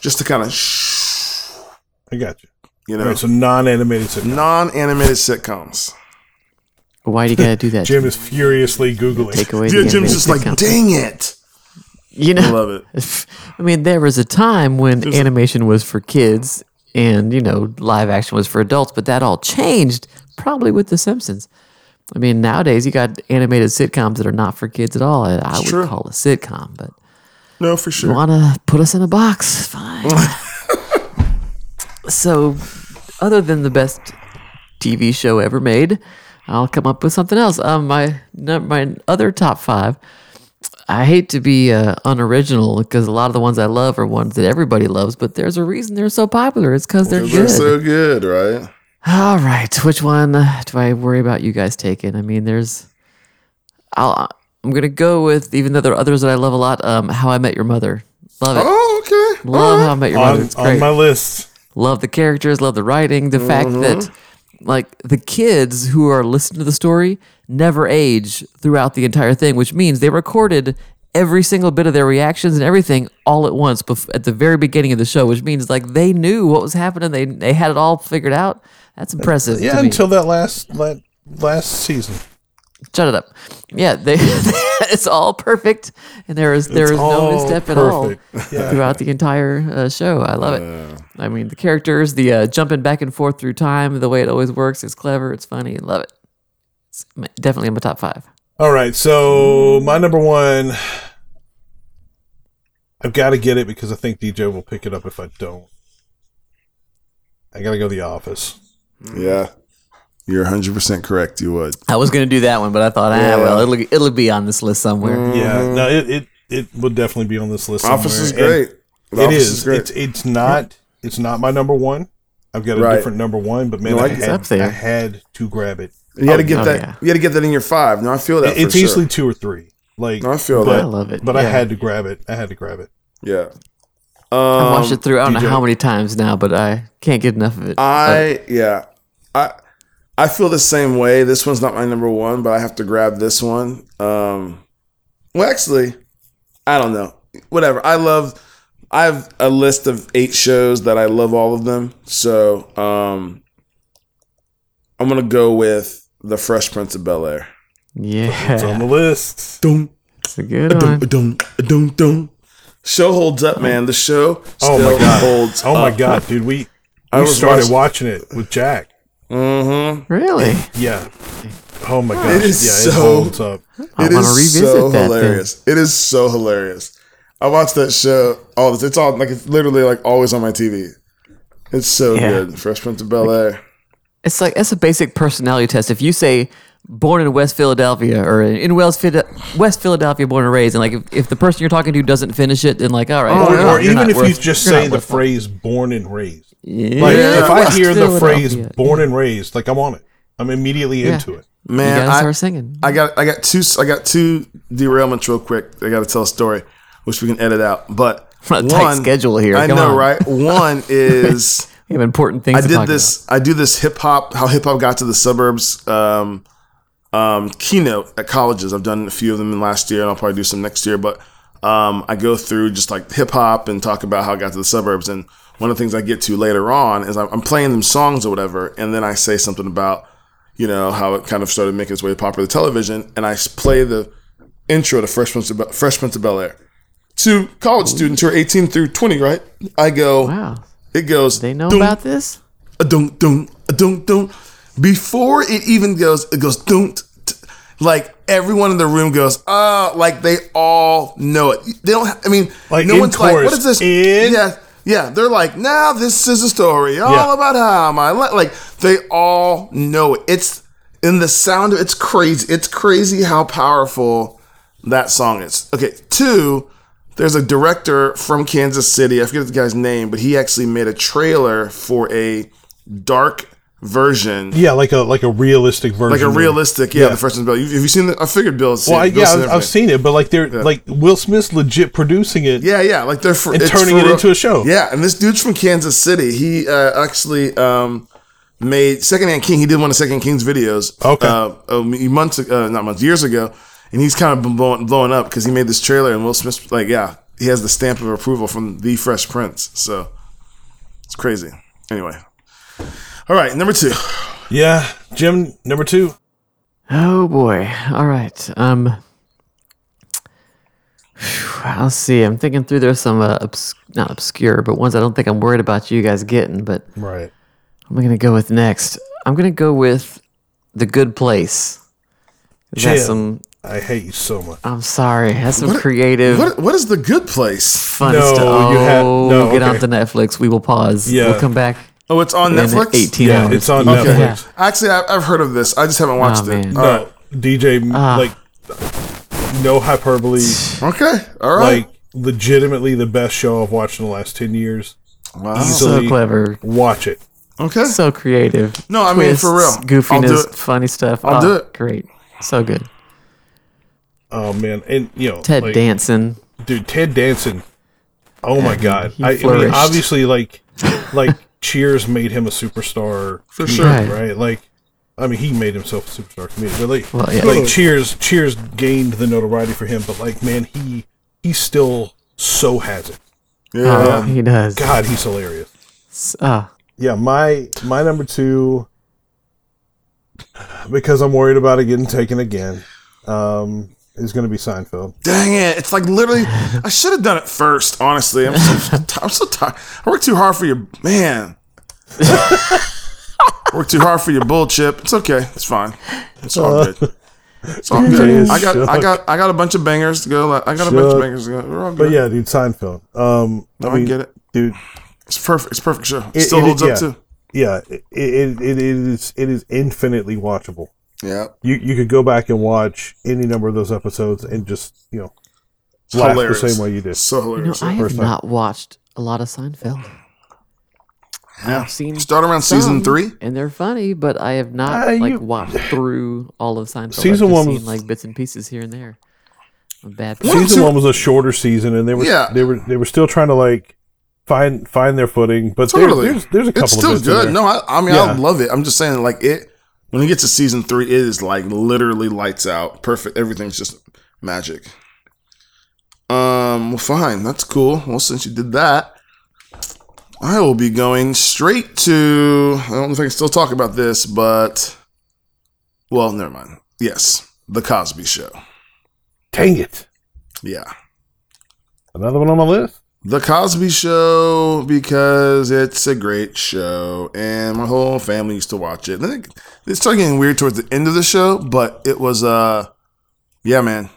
Speaker 2: just to kind of,
Speaker 3: I got you.
Speaker 2: you
Speaker 3: All
Speaker 2: know,
Speaker 3: right, so non animated sitcom.
Speaker 2: non animated sitcoms.
Speaker 1: why do you gotta do that?
Speaker 3: Jim is furiously Googling.
Speaker 1: Take away the
Speaker 2: Yeah, Jim's
Speaker 1: animated
Speaker 2: just like,
Speaker 1: sitcom.
Speaker 2: dang it.
Speaker 1: you
Speaker 2: I
Speaker 1: know.
Speaker 2: love it.
Speaker 1: I mean, there was a time when animation was for kids and, you know, live action was for adults, but that all changed probably with The Simpsons. I mean, nowadays you got animated sitcoms that are not for kids at all. I, I would
Speaker 2: true.
Speaker 1: call a sitcom, but
Speaker 2: No, for sure.
Speaker 1: you want to put us in a box? Fine. so, other than the best TV show ever made, I'll come up with something else. Um, my nu- my other top five. I hate to be uh, unoriginal because a lot of the ones I love are ones that everybody loves, but there's a reason they're so popular. It's because they're
Speaker 2: They're
Speaker 1: good.
Speaker 2: so good, right?
Speaker 1: All right, which one uh, do I worry about you guys taking? I mean, there's, I'll, I'm gonna go with even though there are others that I love a lot. Um, How I Met Your Mother, love it.
Speaker 2: Oh, okay.
Speaker 1: Love How I Met Your Mother.
Speaker 3: On,
Speaker 1: It's
Speaker 3: on
Speaker 1: great.
Speaker 3: my list.
Speaker 1: love the characters. Love the writing. The fact that like the kids who are listening to the story never age throughout the entire thing, which means they recorded every single bit of their reactions and everything all at once bef- at the very beginning of the show, which means like they knew what was happening. They they had it all figured out. That's impressive.
Speaker 3: Yeah,
Speaker 1: to me.
Speaker 3: until that last, last last season.
Speaker 1: Shut it up. Yeah, they, it's all perfect, and there is there is no
Speaker 3: all
Speaker 1: misstep at all
Speaker 3: perfect. Yeah. Uh.
Speaker 1: throughout the entire uh, show. I love it. I mean, the characters, the uh, jumping back and forth through time, the way it always works. It's clever. It's funny. I love it. It's my- definitely in my top five.
Speaker 3: All right, so my number one, I've got to get it because I think DJ will pick it up if I don't. I got to go The Office.
Speaker 2: Oh. Yeah. You're 100% correct. You would.
Speaker 1: I was gonna do that one, but I thought, ah,
Speaker 2: Yeah.
Speaker 1: well, it'll it'll be on this list somewhere.
Speaker 3: Mm, Yeah, no, it, it it would definitely be on this list.
Speaker 2: Mm-hmm. Office is
Speaker 3: somewhere, and
Speaker 2: great. The
Speaker 3: it
Speaker 2: Office
Speaker 3: is. It's it's not it's not my number one. I've got a
Speaker 2: Right.
Speaker 3: different number one, but man,
Speaker 2: No,
Speaker 3: I,
Speaker 2: I-
Speaker 3: had,
Speaker 2: it's
Speaker 1: up there.
Speaker 3: I had to grab it.
Speaker 2: you got to
Speaker 1: Oh,
Speaker 2: get
Speaker 1: oh,
Speaker 2: that.
Speaker 1: yeah.
Speaker 2: You got to get that in your five. No, I feel that.
Speaker 3: It- it's
Speaker 2: for
Speaker 3: easily
Speaker 2: sure.
Speaker 3: two or three. Like,
Speaker 2: No, I feel
Speaker 1: I
Speaker 2: that.
Speaker 1: love it.
Speaker 3: but I
Speaker 1: Yeah.
Speaker 3: had to grab it. I had to grab it.
Speaker 2: Yeah.
Speaker 1: I watched
Speaker 2: Um,
Speaker 1: it through. I don't know
Speaker 3: DJ.
Speaker 1: how many times now, but I can't get enough of it.
Speaker 2: I yeah. I I feel the same way. This one's not my number one, but I have to grab this one. Um well actually, I don't know. Whatever. I love I have a list of eight shows that I love all of them. So um I'm gonna go with the Fresh Prince of Bel Air.
Speaker 3: It's on
Speaker 1: yeah,
Speaker 3: the list.
Speaker 2: Doom,
Speaker 1: it's a good one.
Speaker 2: doom, doom, doom. Show holds up, man. The show still
Speaker 3: Oh my god!
Speaker 2: holds
Speaker 3: oh my
Speaker 2: up.
Speaker 3: god, dude! We
Speaker 2: I
Speaker 3: we
Speaker 2: was
Speaker 3: started
Speaker 2: watching-
Speaker 3: watching it with Jack.
Speaker 2: Mm-hmm.
Speaker 1: Really?
Speaker 3: Yeah. Oh my gosh!
Speaker 2: is
Speaker 3: yeah, it
Speaker 2: so-
Speaker 3: holds up.
Speaker 1: I
Speaker 2: It
Speaker 1: wanna
Speaker 2: is
Speaker 1: revisit
Speaker 2: so
Speaker 1: that then.
Speaker 2: hilarious. It is so hilarious. I watch that show all the It's all like it's literally like always on my TV. It's so
Speaker 1: Yeah.
Speaker 2: good. Fresh Prince of Bel Air.
Speaker 1: It's like that's a basic personality test. If you say born in West Philadelphia or in West, Phila- West Philadelphia, born and raised, and like if, if the person you're talking to doesn't finish it, then like all right,
Speaker 3: or
Speaker 1: you're
Speaker 3: or
Speaker 1: not- you're
Speaker 3: even
Speaker 1: not
Speaker 3: if you
Speaker 1: worth-
Speaker 3: just
Speaker 1: you're not
Speaker 3: say the
Speaker 1: worth it.
Speaker 3: phrase "born and raised,"
Speaker 1: yeah.
Speaker 3: like if I
Speaker 1: West
Speaker 3: hear the phrase
Speaker 1: Philadelphia.
Speaker 3: "born and raised," like I'm on it. I'm immediately
Speaker 1: Yeah.
Speaker 3: into it.
Speaker 1: you
Speaker 2: Man,
Speaker 1: gotta
Speaker 2: I,
Speaker 1: start singing.
Speaker 2: I got I got two I got two derailments real quick. I got to tell a story, which we can edit out. But
Speaker 1: On a tight schedule here.
Speaker 2: I
Speaker 1: Come
Speaker 2: know,
Speaker 1: on.
Speaker 2: right? One is.
Speaker 1: we have important things.
Speaker 2: I
Speaker 1: to
Speaker 2: did
Speaker 1: talk
Speaker 2: this. I do this hip hop. How hip hop got to the suburbs. Um, um, keynote at colleges. I've done a few of them in last year, and I'll probably do some next year. But um, I go through just like hip hop and talk about how it got to the suburbs. And one of the things I get to later on is I'm, I'm playing them songs or whatever, and then I say something about you know how it kind of started making its way to popular television, and I s- play the intro to Fresh Prince of, Be- Fresh Prince of Bel Air to college students who are 18 through 20. Right? I go.
Speaker 1: About. Wow,
Speaker 2: It goes.
Speaker 1: they know
Speaker 2: "Dum,
Speaker 1: about this.
Speaker 2: a don't don't a don't don't before it even goes it goes don't t- like everyone in the room goes oh like they all know it they don't ha- i mean
Speaker 3: Like,
Speaker 2: no
Speaker 3: in
Speaker 2: one's like what
Speaker 3: chorus,
Speaker 2: is this
Speaker 3: in-
Speaker 2: yeah yeah they're like now this is a story all
Speaker 3: Yeah.
Speaker 2: about how my li-. like they all know it it's in the sound of it's crazy it's crazy how powerful that song is okay two there's a director from Kansas City. I forget the guy's name, but he actually made a trailer for a dark version,
Speaker 3: Yeah, like a like a realistic version.
Speaker 2: like a
Speaker 3: of-
Speaker 2: realistic. Yeah, the first one's Bill. You- Have you seen? The, I figured Bill's. Seen
Speaker 3: Well, I,
Speaker 2: it. Bill's
Speaker 3: yeah,
Speaker 2: seen
Speaker 3: I've, I've
Speaker 2: everything.
Speaker 3: seen it, but like they're like Will Smith's legit producing it.
Speaker 2: Yeah, yeah, like they're for,
Speaker 3: And
Speaker 2: it's
Speaker 3: turning it
Speaker 2: for-
Speaker 3: into a show.
Speaker 2: Yeah, and this dude's from Kansas City. He uh, actually um, made Secondhand King. He did one of Second King's videos.
Speaker 3: Okay.
Speaker 2: uh, um, months uh, not months years ago, and he's kind of been blowing, blowing up because he made this trailer and Will Smith like yeah he has the stamp of approval from the Fresh Prince. So it's crazy. Anyway, all right, number two.
Speaker 3: yeah. Jim number two.
Speaker 1: Oh boy. All right. Um I'll see. I'm thinking through there's some uh, obs- not obscure, but ones I don't think I'm worried about you guys getting, but
Speaker 3: Right.
Speaker 1: I'm going to go with next. I'm going to go with The Good Place.
Speaker 3: Jim.
Speaker 1: That's some
Speaker 3: I hate you so much.
Speaker 1: I'm sorry. That's some creative
Speaker 2: What what is the good place?
Speaker 1: funny
Speaker 3: No,
Speaker 1: stuff.
Speaker 3: you have-
Speaker 1: Oh,
Speaker 3: no,
Speaker 1: get
Speaker 3: okay.
Speaker 1: off the Netflix. We will pause.
Speaker 3: Yeah.
Speaker 1: We'll come back
Speaker 2: Oh, it's on Netflix.
Speaker 1: in 18
Speaker 3: Yeah,
Speaker 1: hours.
Speaker 3: it's on
Speaker 2: Okay.
Speaker 3: Netflix.
Speaker 2: Actually, I, I've heard of this. I just haven't watched it.
Speaker 1: man.
Speaker 2: All right.
Speaker 3: No, DJ, m
Speaker 1: Ah.
Speaker 3: like no hyperbole.
Speaker 2: Okay. All right.
Speaker 3: like legitimately the best show I've watched in the last ten years.
Speaker 2: wow.
Speaker 1: so clever.
Speaker 3: Watch it.
Speaker 2: Okay.
Speaker 1: So creative.
Speaker 2: No, I mean, for real.
Speaker 1: Goofiness,
Speaker 2: I'll do it.
Speaker 1: funny stuff.
Speaker 2: I'll
Speaker 1: Oh,
Speaker 2: do it.
Speaker 1: Great. So good.
Speaker 3: Oh man, and you know
Speaker 1: Ted
Speaker 3: like,
Speaker 1: Danson.
Speaker 3: dude, Ted Danson. Oh my god,
Speaker 1: he
Speaker 3: I, I mean,
Speaker 1: flourished.
Speaker 3: obviously, like, like Cheers made him a superstar for
Speaker 2: sure.
Speaker 1: Right.
Speaker 3: right? Like, I mean, he made himself a superstar comedian, but like,
Speaker 1: Well, yeah.
Speaker 3: like Cheers, Cheers gained the notoriety for him, but like, man, he he still so has it.
Speaker 1: Oh, he does.
Speaker 3: God, he's hilarious.
Speaker 1: S- ah,
Speaker 3: Yeah, my my number two. because I'm worried about it getting taken again. Um, is going to be Seinfeld.
Speaker 2: Dang it! It's like literally, I should have done it first. Honestly, I'm so, I'm so tired. I worked too hard for your man. worked too hard for your bull chip. It's okay. It's fine. It's all
Speaker 3: Uh.
Speaker 2: good. It's all good. I got I got I got a bunch of bangers to go. I got a bunch of bangers to go. We're all
Speaker 3: But
Speaker 2: good.
Speaker 3: yeah, dude, Seinfeld. Um,
Speaker 2: No, I get it.
Speaker 3: dude.
Speaker 2: It's perfect. It's a perfect show. It
Speaker 3: it-
Speaker 2: still
Speaker 3: it-
Speaker 2: holds
Speaker 3: yeah.
Speaker 2: up too.
Speaker 3: Yeah, it, it, it is it is infinitely watchable.
Speaker 2: Yeah.
Speaker 3: You you could go back and watch any number of those episodes and just you know
Speaker 2: It's
Speaker 3: laugh
Speaker 2: hilarious.
Speaker 3: the same way you did.
Speaker 2: So
Speaker 1: You know,
Speaker 2: hilarious.
Speaker 1: I have
Speaker 3: first time.
Speaker 1: not watched a lot of Seinfeld.
Speaker 2: yeah.
Speaker 1: I've seen
Speaker 2: Start around
Speaker 1: some,
Speaker 2: season three.
Speaker 1: and they're funny, but I have not
Speaker 3: Uh,
Speaker 1: like
Speaker 3: you-
Speaker 1: watched through all of Seinfeld.
Speaker 3: Season
Speaker 1: I've just
Speaker 3: one was-
Speaker 1: seen, like bits and pieces here and there. A bad.
Speaker 3: season
Speaker 2: two-
Speaker 3: one was a shorter season, and they were
Speaker 2: Yeah.
Speaker 3: they were they were still trying to like find find their footing. But there-
Speaker 2: Totally.
Speaker 3: there's there's a couple.
Speaker 2: it's still
Speaker 3: of bits in
Speaker 2: good.
Speaker 3: there.
Speaker 2: No, I, I mean I
Speaker 3: Yeah.
Speaker 2: love it. I'm just saying like it when it gets to season three, it is like literally lights out. Perfect. Everything's just magic. Um, well, fine. That's cool. Well, since you did that, I will be going straight to. I don't know if I can still talk about this, but well, never mind. Yes, the Cosby Show.
Speaker 3: dang it,
Speaker 2: Yeah.
Speaker 3: another one on my list.
Speaker 2: The Cosby Show because it's a great show, and my whole family used to watch it. Then it, it started getting weird towards the end of the show, but it was uh, yeah, man,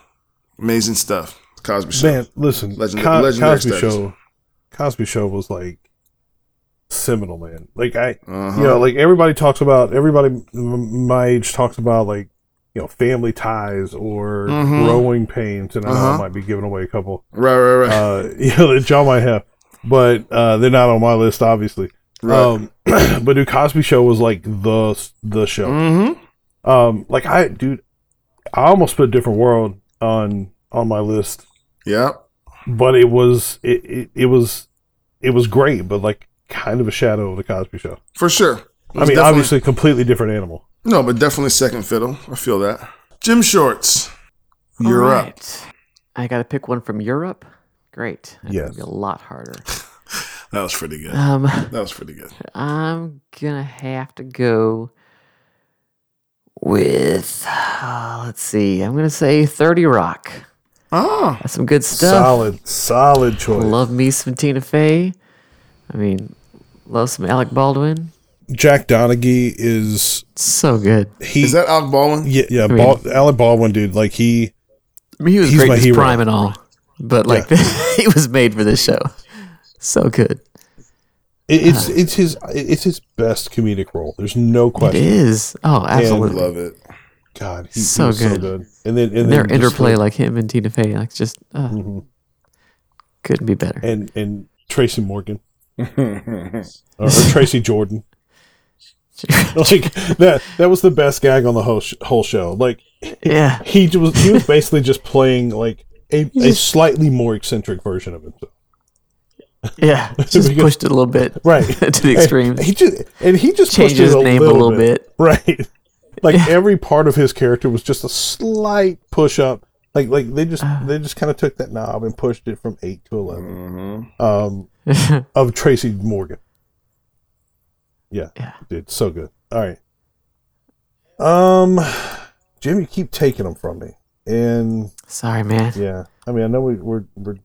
Speaker 2: amazing stuff. Cosby Show.
Speaker 3: Man, listen,
Speaker 2: Legend-
Speaker 3: Co-
Speaker 2: legendary
Speaker 3: Cosby
Speaker 2: status.
Speaker 3: Show, Cosby Show was like seminal, man. Like I,
Speaker 2: Uh-huh.
Speaker 3: you know, like everybody talks about everybody m- my age talks about like you know family ties or
Speaker 2: Mhm.
Speaker 3: growing pains, and I, know I
Speaker 2: Uh-huh.
Speaker 3: might be giving away a couple,
Speaker 2: Right, right, right.
Speaker 3: uh, you know, that y'all might have, but uh, they're not on my list, obviously.
Speaker 2: right.
Speaker 3: Um, but dude, Cosby Show was like the the show.
Speaker 2: mm-hmm.
Speaker 3: Um, like I, dude, I almost put Different World on on my list
Speaker 2: Yep.
Speaker 3: but it was it, it, it was it was great, but like kind of a shadow of the Cosby Show.
Speaker 2: For sure.
Speaker 3: I mean,
Speaker 2: Definitely-
Speaker 3: obviously, completely different animal.
Speaker 2: No, but definitely second fiddle. I feel that. Jim Shorts.
Speaker 1: All
Speaker 2: You're up.
Speaker 1: right. I got to pick one from Europe. Great. That's gonna
Speaker 3: Yes.
Speaker 1: be a lot harder.
Speaker 2: That was pretty good.
Speaker 1: Um,
Speaker 2: That was pretty good.
Speaker 1: I'm gonna have to go with. uh, let's see. I'm gonna say Thirty Rock.
Speaker 2: Ah,
Speaker 1: That's some good stuff.
Speaker 3: Solid, solid choice.
Speaker 1: Love me some Tina Fey. I mean, love some Alec Baldwin.
Speaker 3: Jack Donaghy is
Speaker 1: So good.
Speaker 3: he?
Speaker 2: is that Alec Baldwin?
Speaker 3: yeah, yeah.
Speaker 1: mean-
Speaker 3: Bal- Alec Baldwin, dude. Like he,
Speaker 1: I mean, he was
Speaker 3: He's
Speaker 1: great
Speaker 3: my
Speaker 1: in his
Speaker 3: hero.
Speaker 1: prime and all, but like he was made for this show. So good.
Speaker 3: it, it's it's his it's his best comedic role. There's
Speaker 1: Uh-huh.
Speaker 3: no
Speaker 1: It
Speaker 3: question.
Speaker 1: is. Oh, absolutely.
Speaker 2: Love it.
Speaker 3: God, he,
Speaker 1: So
Speaker 3: he was so
Speaker 1: good.
Speaker 3: good. And then and then
Speaker 1: Their
Speaker 3: just
Speaker 1: interplay,
Speaker 3: like-
Speaker 1: like him and Tina Fey, like just uh,
Speaker 3: Mhm.
Speaker 1: couldn't be better.
Speaker 3: and and Tracy Morgan or, or Tracy Jordan. Like that that was the best gag on the whole sh- whole show. Like
Speaker 1: yeah.
Speaker 3: he j- was he was basically just playing like a, a slightly more eccentric version of himself.
Speaker 1: Yeah, just
Speaker 3: Because-
Speaker 1: pushed it a little bit,
Speaker 3: Right.
Speaker 1: to the extremes.
Speaker 3: He just and he just
Speaker 1: Changed
Speaker 3: pushed it
Speaker 1: his
Speaker 3: a
Speaker 1: name a
Speaker 3: little
Speaker 1: little bit.
Speaker 3: Right. Like every part of his character was just a slight push up. Like like they just they just kind of took that knob and pushed it from 8 to 11. Um of Tracy Morgan. Yeah.
Speaker 1: Yeah.
Speaker 3: Dude, so good. All right. Um Jim, you keep taking them from me. And
Speaker 1: Sorry, man.
Speaker 3: Yeah, I mean, I know we, we're we're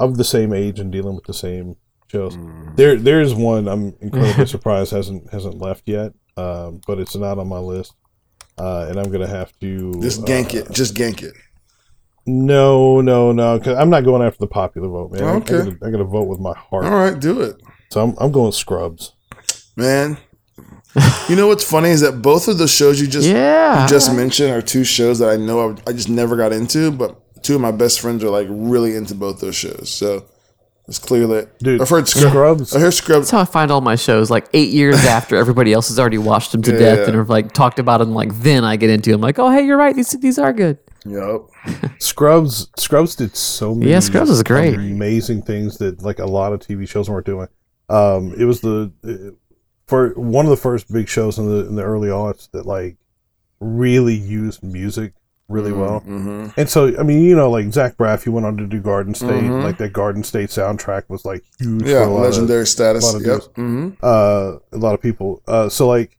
Speaker 3: of the same age and dealing with the same shows.
Speaker 2: Mm.
Speaker 3: There, there is one I'm incredibly surprised hasn't hasn't left yet, um, but it's not on my list, uh, and I'm gonna have to
Speaker 2: Just
Speaker 3: uh,
Speaker 2: gank it. Just gank it.
Speaker 3: No, no, no, because I'm not going after the popular vote, man. I-
Speaker 2: Okay.
Speaker 3: I, gotta, I gotta vote with my heart.
Speaker 2: All right, do it.
Speaker 3: So I'm I'm going Scrubs.
Speaker 2: Man, you know what's funny is that both of the shows you just
Speaker 1: Yeah.
Speaker 2: you just mentioned are two shows that I know I, would- I just never got into, but two of my best friends are like really into both those shows. So it's clear that
Speaker 3: Dude,
Speaker 2: I've heard Scrubs.
Speaker 3: Scrubs-
Speaker 2: I heard Scrubs.
Speaker 1: That's how I find all my shows. Like eight years after everybody else has already watched them to death and have like talked about them. Like then I get into them. Like, oh hey, you're right. These these are good.
Speaker 2: Yep.
Speaker 3: Scrubs, Scrubs did so many.
Speaker 1: Yeah, Scrubs is great.
Speaker 3: Amazing things that like a lot of TV shows weren't doing. Um, it was the uh, for one of the first big shows in the in the early aughts that like really used music really well.
Speaker 2: Mm-hmm.
Speaker 3: And so I mean, you know, like Zach Braff, he went on to do Garden State. Like that Garden State soundtrack was like huge. for
Speaker 2: Yeah,
Speaker 3: a lot of-
Speaker 2: legendary status.
Speaker 3: lot of
Speaker 2: Yep.
Speaker 3: dudes.
Speaker 2: Mm-hmm.
Speaker 3: uh, a lot of people. Uh, so like,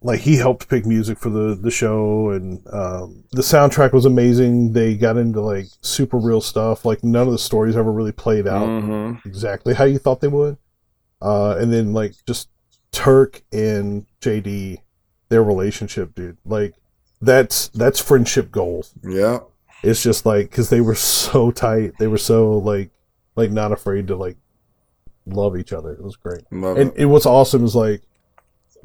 Speaker 3: like he helped pick music for the the show, and um, the soundtrack was amazing. They got into like super real stuff. Like none of the stories ever really played out
Speaker 2: hmm
Speaker 3: exactly how you thought they would. Uh, and then like just Turk and JD, their relationship, dude. Like that's that's friendship goals
Speaker 2: Yeah.
Speaker 3: it's just like because they were so tight they were so like like not afraid to like love each other it was great
Speaker 2: Love
Speaker 3: and
Speaker 2: it.
Speaker 3: it what's awesome is like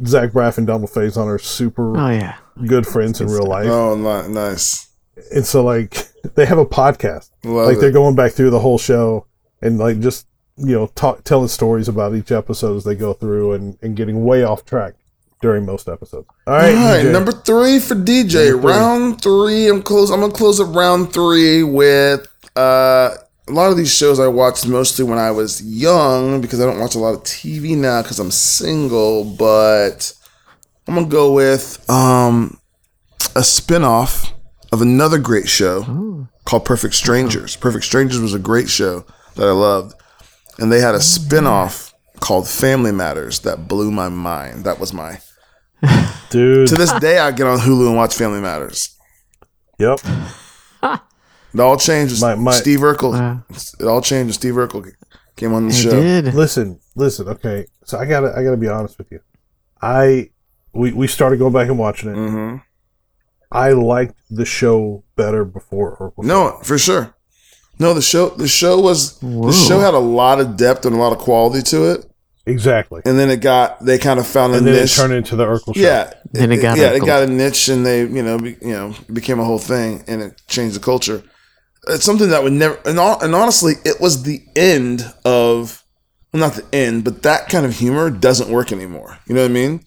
Speaker 3: zach braff and donald faison are super
Speaker 1: Oh yeah.
Speaker 3: good friends in real life
Speaker 2: Oh, ni- nice.
Speaker 3: and so like they have a podcast
Speaker 2: Love
Speaker 3: like
Speaker 2: it.
Speaker 3: they're going back through the whole show and like just you know talk telling stories about each episode as they go through and and getting way off track during most episodes all right,
Speaker 2: All right,
Speaker 3: DJ.
Speaker 2: number three for DJ.
Speaker 3: Number three.
Speaker 2: Round three. I'm close. I'm gonna close up round three with uh, a lot of these shows I watched mostly when I was young because I don't watch a lot of TV now because I'm single. But I'm gonna go with um, a spinoff of another great show
Speaker 3: Hmm.
Speaker 2: called Perfect Strangers. Perfect Strangers was a great show that I loved, and they had
Speaker 3: Oh,
Speaker 2: a spinoff called Family Matters that blew my mind. That was my
Speaker 3: dude
Speaker 2: to this day, I get on Hulu and watch Family Matters.
Speaker 3: yep
Speaker 2: It all changes.
Speaker 3: My- my-
Speaker 2: Steve Urkel.
Speaker 1: Wow.
Speaker 2: It all changes. Steve Urkel came on the
Speaker 1: He
Speaker 2: show.
Speaker 1: did.
Speaker 3: Listen, listen. Okay, so I gotta, I gotta be honest with you. I, we, we started going back and watching it.
Speaker 2: hmm
Speaker 3: I liked the show better before Urkel.
Speaker 2: No, for sure. No, the show. The show was.
Speaker 1: Whoa.
Speaker 2: The show had a lot of depth and a lot of quality to it,
Speaker 3: exactly.
Speaker 2: and then it got. They kind of found a
Speaker 3: And then it
Speaker 2: niche.
Speaker 3: turned into the Urkel show.
Speaker 2: yeah.
Speaker 1: Then it got
Speaker 2: yeah.
Speaker 1: Urkel.
Speaker 2: It got a niche, and they you know be, you know became a whole thing, and it changed the culture. It's something that would never. And, hon- and honestly, it was the end of. Well, not the end, but that kind of humor doesn't work anymore. You know what I mean?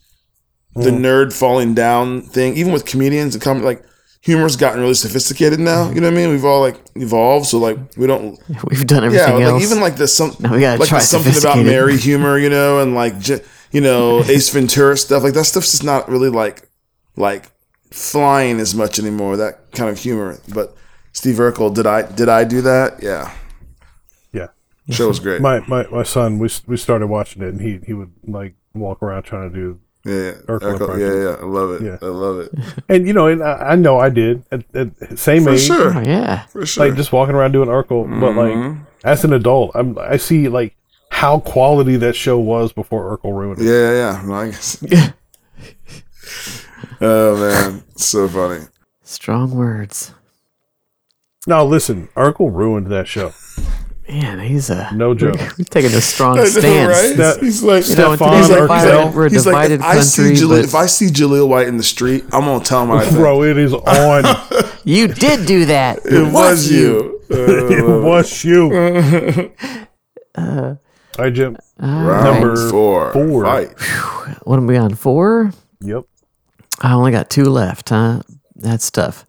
Speaker 2: the
Speaker 1: Mm.
Speaker 2: nerd falling down thing, even with comedians and comedy, like humor's gotten really sophisticated now. You know what I mean? We've all like evolved, so like we don't,
Speaker 1: We've done
Speaker 2: yeah,
Speaker 1: everything
Speaker 2: like
Speaker 1: else.
Speaker 2: even like the some,
Speaker 1: Now we gotta
Speaker 2: like
Speaker 1: try
Speaker 2: the something about
Speaker 1: sophisticated.
Speaker 2: Mary humor, you know, and like j- you know Ace Ventura stuff, like that stuff's just not really like like flying as much anymore. That kind of humor, but Steve Urkel, did I did I do that? Yeah,
Speaker 3: Yeah.
Speaker 2: show was great.
Speaker 3: My, my, my son, we, we started watching it, and he, he would like walk around trying to do,
Speaker 2: yeah, yeah,
Speaker 3: Urkel
Speaker 2: Urkel,
Speaker 3: impression.
Speaker 2: yeah, yeah, I love it.
Speaker 3: Yeah.
Speaker 2: I love it
Speaker 3: and you know, and I, I know I did at, at same
Speaker 2: for
Speaker 3: age,
Speaker 1: oh
Speaker 2: sure,
Speaker 1: yeah.
Speaker 2: for sure.
Speaker 3: like just walking around doing Urkel. But like
Speaker 2: Mm-hmm.
Speaker 3: as an adult, I'm, I see like how quality that show was before Urkel ruined it.
Speaker 2: Yeah, yeah, yeah. No, I guess. oh man, so funny.
Speaker 1: Strong words.
Speaker 3: No, listen, Urkel ruined that show.
Speaker 1: Man, he's a
Speaker 3: No joke.
Speaker 1: He's taking a strong
Speaker 2: I know, right?
Speaker 1: stance.
Speaker 3: That-
Speaker 2: he's like,
Speaker 1: You know, in
Speaker 3: Stefan
Speaker 1: today's
Speaker 3: Urkel.
Speaker 1: environment, we're a
Speaker 2: he's like,
Speaker 1: divided
Speaker 2: if I see
Speaker 1: country.
Speaker 2: Jaleel,
Speaker 1: but
Speaker 2: if I see Jaleel White in the street, I'm gonna tell him what I think.
Speaker 3: Bro, it is on.
Speaker 1: you did do that.
Speaker 2: it was you. Uh,
Speaker 3: it was you. All right, Jim.
Speaker 2: Uh-huh. Round
Speaker 3: Number
Speaker 2: four.
Speaker 3: four.
Speaker 2: Fight.
Speaker 1: What am we on? Four?
Speaker 3: Yep.
Speaker 1: I only got two left, huh? That's tough.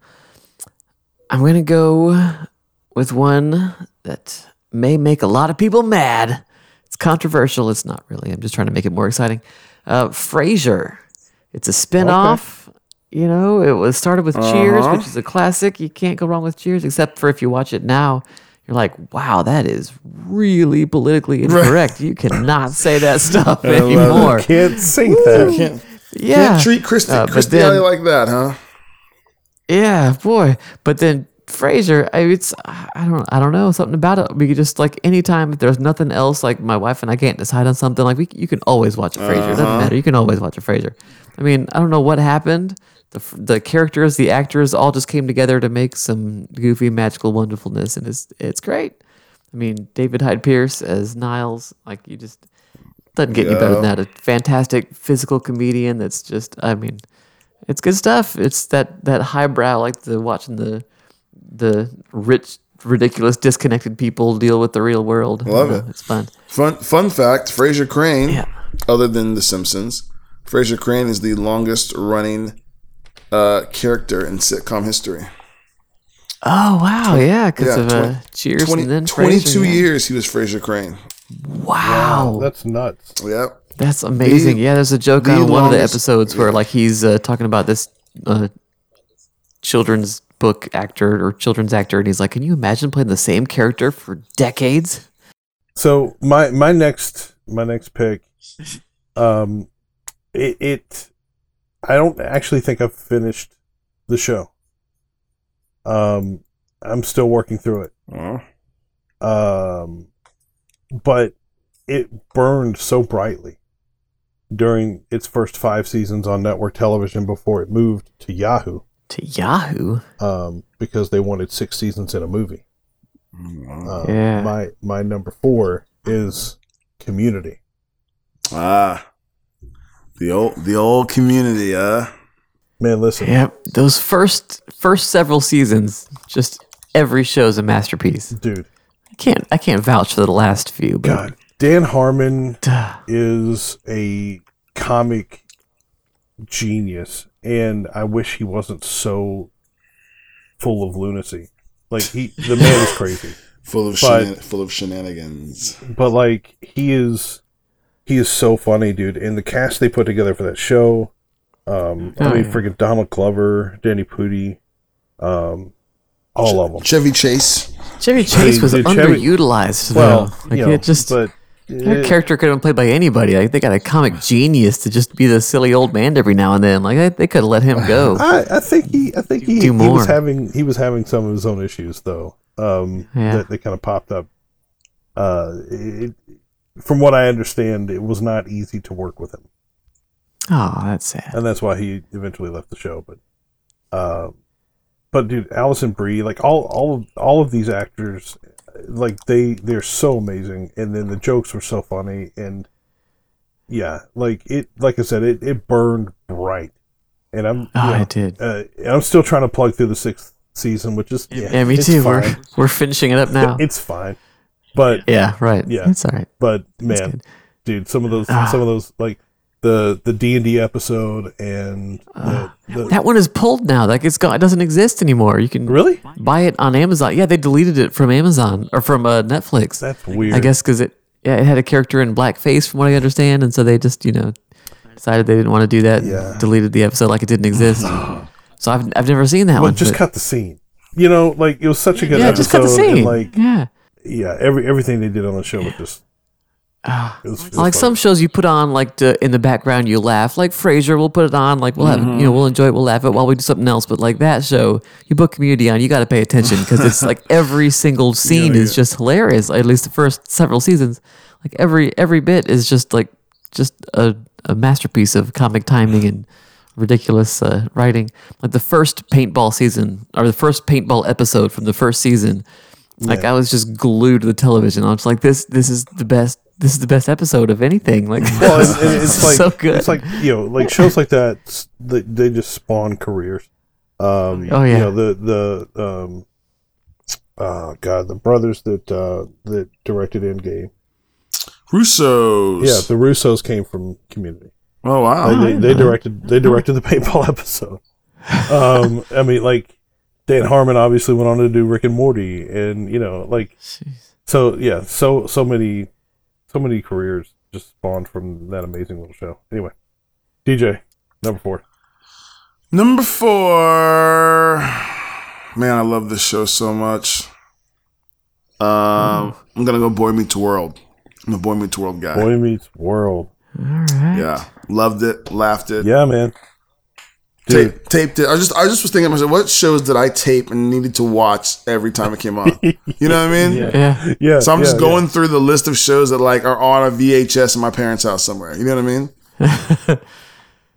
Speaker 1: I'm gonna go with one that may make a lot of people mad. It's controversial. It's not really. I'm just trying to make it more exciting. Uh, Frasier. It's a spinoff. You know, it was started with Cheers, which is a classic. You can't go wrong with Cheers, except for if you watch it now, you're like, wow, that is really politically incorrect. You cannot say that stuff anymore.
Speaker 3: Can't sing that.
Speaker 1: Yeah.
Speaker 2: Treat Christi-
Speaker 1: Uh, but
Speaker 2: Christianity
Speaker 1: then-
Speaker 2: like that, huh?
Speaker 1: Yeah, boy. But then Frasier, I, it's I I don't I don't know something about it. We could just like anytime if there's nothing else, like my wife and I can't decide on something. Like we, c- you can always watch a Frasier. It Doesn't matter. You can always watch a Frasier. I mean, I don't know what happened. The f- the characters, the actors, all just came together to make some goofy, magical wonderfulness, and it's it's great. I mean, David Hyde Pierce as Niles, like you just doesn't get any better than that. A fantastic physical comedian that's just, I mean, it's good stuff. It's that that highbrow, like the watching the the rich, ridiculous, disconnected people deal with the real world. I
Speaker 2: Love
Speaker 1: don't know,
Speaker 2: it.
Speaker 1: It's fun.
Speaker 2: Fun fun fact: Fraser Crane,
Speaker 1: Yeah.
Speaker 2: other than The Simpsons, Fraser Crane is the longest running uh, character in sitcom history.
Speaker 1: Oh wow, yeah, because
Speaker 2: Yeah,
Speaker 1: of uh, Cheers
Speaker 2: 20,
Speaker 1: and then
Speaker 2: 22
Speaker 1: Frasier, yeah.
Speaker 2: years he was Fraser Crane.
Speaker 1: Wow,
Speaker 3: That's nuts.
Speaker 2: Yep.
Speaker 1: that's amazing. yeah, there's a joke
Speaker 2: the
Speaker 1: on one of the
Speaker 2: longest-
Speaker 1: episodes where like he's uh, talking about this uh, children's book actor or children's actor, and he's like, "Can you imagine playing the same character for decades?"
Speaker 3: So my my next my next pick, um, it, it I don't actually think I've finished the show. Um, I'm still working through it.
Speaker 2: Oh.
Speaker 3: Um, but it burned so brightly during its first five seasons on network television before it moved to Yahoo.
Speaker 1: To Yahoo.
Speaker 3: Um, because they wanted six seasons in a movie. Um,
Speaker 1: Yeah.
Speaker 3: My my number four is Community.
Speaker 2: Ah, the old the old community. Uh,
Speaker 3: Man, listen.
Speaker 1: Yep. Those first first several seasons, just every show's a masterpiece.
Speaker 3: dude.
Speaker 1: I can't I can't vouch for the last few, but
Speaker 3: God, Dan Harmon
Speaker 1: Duh.
Speaker 3: is a comic genius, and I wish he wasn't so full of lunacy. Like he, the man is crazy,
Speaker 5: Full of
Speaker 3: But-
Speaker 5: shenan- full of shenanigans.
Speaker 3: but like he is, he is so funny, dude. And the cast they put together for that show, um, I
Speaker 1: Oh,
Speaker 3: mean,
Speaker 1: yeah.
Speaker 3: freaking Donald Glover, Danny Pudi, um, all of them.
Speaker 5: Chevy Chase.
Speaker 1: Chevy Chase was
Speaker 3: dude, Chevy-
Speaker 1: underutilized.
Speaker 3: Well,
Speaker 1: though. like
Speaker 3: you know,
Speaker 1: it just
Speaker 3: but
Speaker 1: Their
Speaker 3: eh,
Speaker 1: character could have been played by anybody. Like they got a comic genius to just be the silly old man every now and then. Like they, they could have let him go.
Speaker 3: I, I think he I think he,
Speaker 1: Do
Speaker 3: he
Speaker 1: more.
Speaker 3: was having he was having some of his own issues though. Um
Speaker 1: Yeah.
Speaker 3: that, that kind of popped up. Uh it, from what I understand, it was not easy to work with him.
Speaker 1: Oh, that's sad.
Speaker 3: And that's why he eventually left the show, but uh but dude, Allison Brie, like all all of all of these actors like they they're so amazing and then the jokes were so funny and yeah, like it like I said, it, it burned bright. And I'm
Speaker 1: Oh,
Speaker 3: you know,
Speaker 1: I did.
Speaker 3: uh, I'm still trying to plug through the sixth season, which is yeah,
Speaker 1: Yeah, me
Speaker 3: it's
Speaker 1: too. We're,
Speaker 3: Fine.
Speaker 1: we're finishing it up now.
Speaker 3: It's fine, but
Speaker 1: yeah, right.
Speaker 3: Yeah.
Speaker 1: it's all right.
Speaker 3: but
Speaker 1: It's
Speaker 3: man,
Speaker 1: good.
Speaker 3: dude, some of those,
Speaker 1: Ah.
Speaker 3: some of those, like the the D and D episode and the,
Speaker 1: Ah.
Speaker 3: the,
Speaker 1: That one is pulled now. Like it's gone. It doesn't exist anymore. You can
Speaker 3: really
Speaker 1: buy it on Amazon. Yeah, they deleted it from Amazon or from uh, Netflix.
Speaker 3: that's weird.
Speaker 1: I guess because it yeah it had a character in blackface from what I understand, and so they just you know decided they didn't want to do that. and
Speaker 3: Yeah.
Speaker 1: deleted the episode like it didn't exist. so I've I've never seen that
Speaker 3: but
Speaker 1: one.
Speaker 3: just
Speaker 1: but-
Speaker 3: cut the scene. You know, like it was such a good
Speaker 1: yeah,
Speaker 3: episode.
Speaker 1: just cut the
Speaker 3: and,
Speaker 1: scene.
Speaker 3: like
Speaker 1: yeah.
Speaker 3: yeah, every everything they did on the show was just. it was- it was
Speaker 1: Ah. like some
Speaker 3: funny.
Speaker 1: shows you put on like to, in the background you laugh like frasier we'll put it on like we'll have you know we'll enjoy it we'll laugh it while we do something else but like that show you put community on you got to pay attention because it's like every single scene is just hilarious at least the first several seasons like every every bit is just like just a, a masterpiece of comic timing and ridiculous uh, writing like the first paintball season or the first paintball episode from the first season like I was just glued to the television. I was like, this this is the best this is the best episode of anything. Like
Speaker 3: Well, and- and it's like
Speaker 1: so good.
Speaker 3: It's like you know, like shows like that. s- They, they just spawn careers. Um,
Speaker 1: Oh,
Speaker 3: You
Speaker 1: yeah.
Speaker 3: know the the um, oh god, the brothers that uh, that directed Endgame.
Speaker 2: Russo's.
Speaker 3: Yeah, the Russos came from Community.
Speaker 2: oh wow.
Speaker 3: they, they, they directed they directed the paintball episode. Um, I mean, like Dan Harmon obviously went on to do Rick and Morty, and you know, like
Speaker 1: Jeez.
Speaker 3: so yeah, so so many so many careers just spawned from that amazing little show. Anyway, DJ number four.
Speaker 2: Number four. Man, I love this show so much. Um, I'm gonna go Boy Meets World. I'm a Boy Meets World
Speaker 5: Uh,
Speaker 2: guy.
Speaker 3: Boy Meets World.
Speaker 1: All right.
Speaker 2: Yeah, loved it, laughed it.
Speaker 3: Yeah, man. Dude,
Speaker 5: Tape, taped it. I just I just was thinking to myself, what shows did I tape and needed to watch every time it came on? You know what I mean?
Speaker 1: Yeah.
Speaker 3: yeah.
Speaker 5: So I'm
Speaker 3: yeah,
Speaker 5: just going through the list of shows that like are on a VHS in my parents' house somewhere. You know what I mean?
Speaker 3: yeah.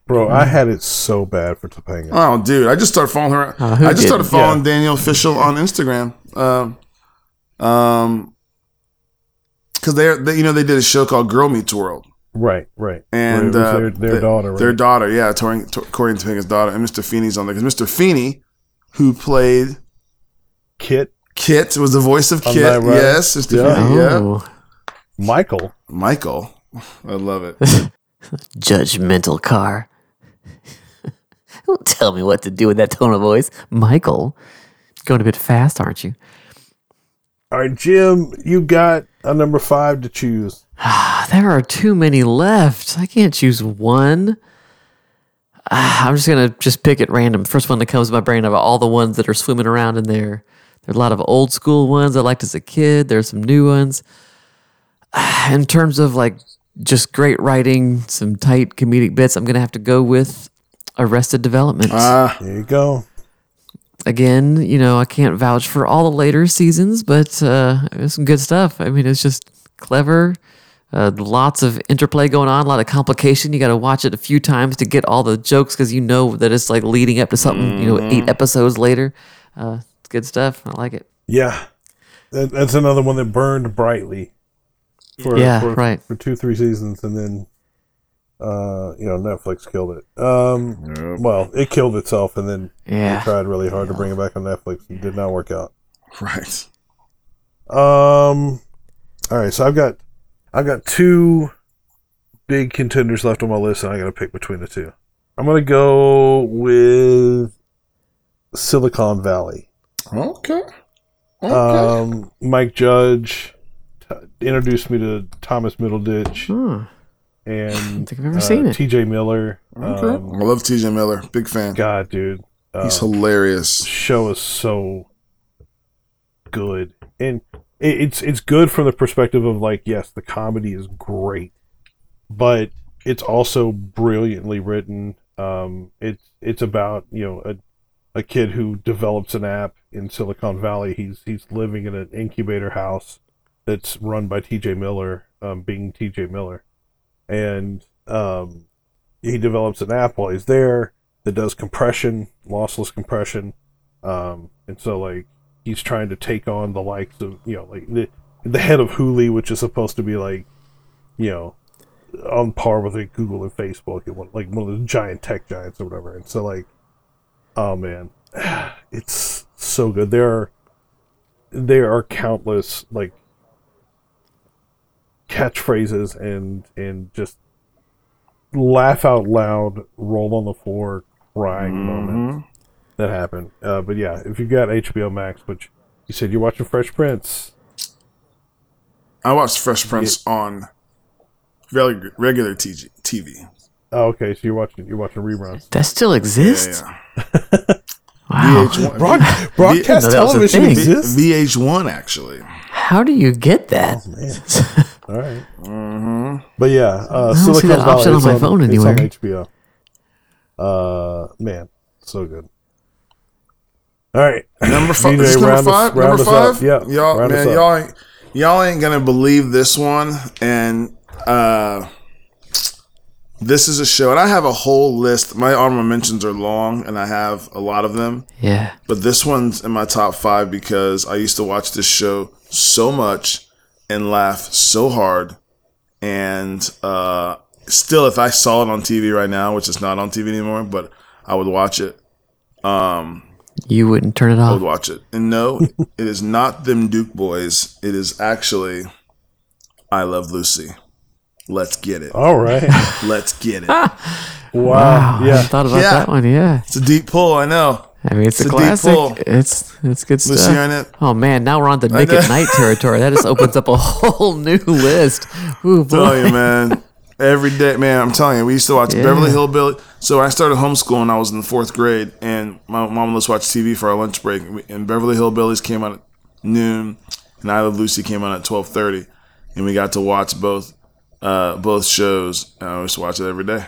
Speaker 3: bro. I had it so bad for Topanga.
Speaker 5: Oh, dude, I just started following her.
Speaker 1: Uh, who
Speaker 5: I just started
Speaker 1: didn't?
Speaker 5: following Daniel Fishel on Instagram. Um, um, because they're they, you know they did a show called Girl Meets World
Speaker 3: Right, right.
Speaker 5: and
Speaker 3: Where it was
Speaker 5: uh,
Speaker 3: their, their
Speaker 5: the-
Speaker 3: daughter, right?
Speaker 5: their daughter, yeah, Tori, Tor- Corey and Topanga's daughter, and Mr. Feeney's on there because Mr. Feeney, who played
Speaker 3: Kit,
Speaker 5: Kit, was the voice of
Speaker 3: On
Speaker 5: Kit.
Speaker 3: Night Rider.
Speaker 5: Yes, Mr.
Speaker 3: Yeah.
Speaker 5: Feeney, yeah,
Speaker 1: Oh,
Speaker 3: Michael.
Speaker 5: Michael, I love it.
Speaker 1: judgmental car. Don't tell me what to do with that tone of voice, Michael. Going a bit fast, aren't you?
Speaker 3: All right, Jim, you got a number five to choose.
Speaker 1: Ah, there are too many left. I can't choose one. Ah, I'm just gonna just pick at random. First one that comes to my brain of all the ones that are swimming around in there. There are a lot of old school ones I liked as a kid. There's some new ones. Ah, in terms of like just great writing, some tight comedic bits, I'm gonna have to go with Arrested Development.
Speaker 2: Ah,
Speaker 3: There you go.
Speaker 1: Again, you know, I can't vouch for all the later seasons, but uh, it was some good stuff. I mean, it's just clever. Uh, lots of interplay going on, a lot of complication. You got to watch it a few times to get all the jokes because you know that it's like leading up to something. You know, eight episodes later, uh, it's good stuff. I like it.
Speaker 3: Yeah, that, that's another one that burned brightly. For,
Speaker 1: Yeah,
Speaker 3: for,
Speaker 1: right.
Speaker 3: For two, three seasons, and then, uh, you know, Netflix killed it. Um, well, it killed itself, and then
Speaker 1: Yeah.
Speaker 3: they tried really hard to bring it back on Netflix. It did not work out.
Speaker 2: right.
Speaker 3: Um, all right, so I've got, I've got two big contenders left on my list, and I got to pick between the two. I'm gonna go with Silicon Valley.
Speaker 2: Okay.
Speaker 3: Um, Mike Judge t- introduced me to Thomas Middleditch
Speaker 1: Hmm.
Speaker 3: and
Speaker 1: think I've ever seen it.
Speaker 3: T.J. Miller.
Speaker 2: Okay.
Speaker 3: Um,
Speaker 2: I love TJ Miller. Big fan.
Speaker 3: God, dude, uh,
Speaker 2: He's hilarious.
Speaker 3: show is so good, and it, it's it's good from the perspective of like, yes, the comedy is great, but it's also brilliantly written. Um, it's it's about you know a a kid who develops an app in Silicon Valley. He's he's living in an incubator house that's run by T.J. Miller, um, being T.J. Miller, and um, he develops an app while he's there that does compression, lossless compression, um, and so like he's trying to take on the likes of you know like the the head of Huli, which is supposed to be like you know on par with like Google and Facebook and one, like one of those giant tech giants or whatever. And so like, oh man, it's so good. There are there are countless like catchphrases and and just laugh out loud, roll on the floor, crying moments that happen. Uh, but yeah, if you've got HBO Max, which you said you're watching Fresh Prince,
Speaker 2: I watched Fresh Prince on regular, regular TG, TV.
Speaker 3: oh, okay, so you're watching you're watching reruns.
Speaker 1: That still exists?
Speaker 2: Yeah.
Speaker 1: Wow.
Speaker 2: VH1.
Speaker 1: No, that was a television thing.
Speaker 2: V- VH1 actually.
Speaker 1: How do you get that?
Speaker 2: Oh,
Speaker 3: All right. But yeah,
Speaker 1: I don't
Speaker 3: uh,
Speaker 1: see
Speaker 3: Silicon
Speaker 1: that option
Speaker 3: Valley
Speaker 1: on
Speaker 3: is
Speaker 1: my phone
Speaker 3: it's
Speaker 1: anywhere.
Speaker 3: on HBO. Uh, man, so good. All right,
Speaker 2: Number five.
Speaker 3: DJ,
Speaker 2: This is number
Speaker 3: round us-
Speaker 2: five.
Speaker 3: round
Speaker 2: number
Speaker 3: us up.
Speaker 2: five.
Speaker 3: Yeah,
Speaker 2: Y'all,
Speaker 3: round us
Speaker 2: man,
Speaker 3: up.
Speaker 2: y'all, ain't- y'all ain't gonna believe this one. And uh, this is a show, and I have a whole list. My honorable mentions are long, and I have a lot of them.
Speaker 1: Yeah.
Speaker 2: But this one's in my top five because I used to watch this show so much and laugh so hard. And uh, still, if I saw it on TV right now, which is not on TV anymore, but I would watch it.
Speaker 1: You wouldn't turn it
Speaker 2: I would
Speaker 1: off.
Speaker 2: watch it. And no, it is not them Duke boys. It is actually I Love Lucy. Let's get it.
Speaker 3: all right.
Speaker 2: Let's get it.
Speaker 3: Wow.
Speaker 1: I
Speaker 3: Yeah.
Speaker 1: hadn't thought about
Speaker 2: Yeah.
Speaker 1: that one. Yeah.
Speaker 2: It's a deep pull, I know.
Speaker 1: I mean, it's,
Speaker 2: It's
Speaker 1: a
Speaker 2: a deep pull.
Speaker 1: classic. It's it's good
Speaker 2: Lucy
Speaker 1: stuff.
Speaker 2: Arnett.
Speaker 1: Oh man, now we're on the Nick at
Speaker 2: know.
Speaker 1: Night territory. That just opens up a whole new list. Ooh, boy.
Speaker 2: telling you, man. Every day, man. I'm telling you, we used to watch
Speaker 1: Yeah.
Speaker 2: Beverly Hillbilly. So I started homeschooling. I was in the fourth grade, and my mom let us watch TV for our lunch break. And we- And Beverly Hillbillies came out at noon, and I Love Lucy came out at twelve thirty, and we got to watch both uh, both shows. And I used to watch it every day.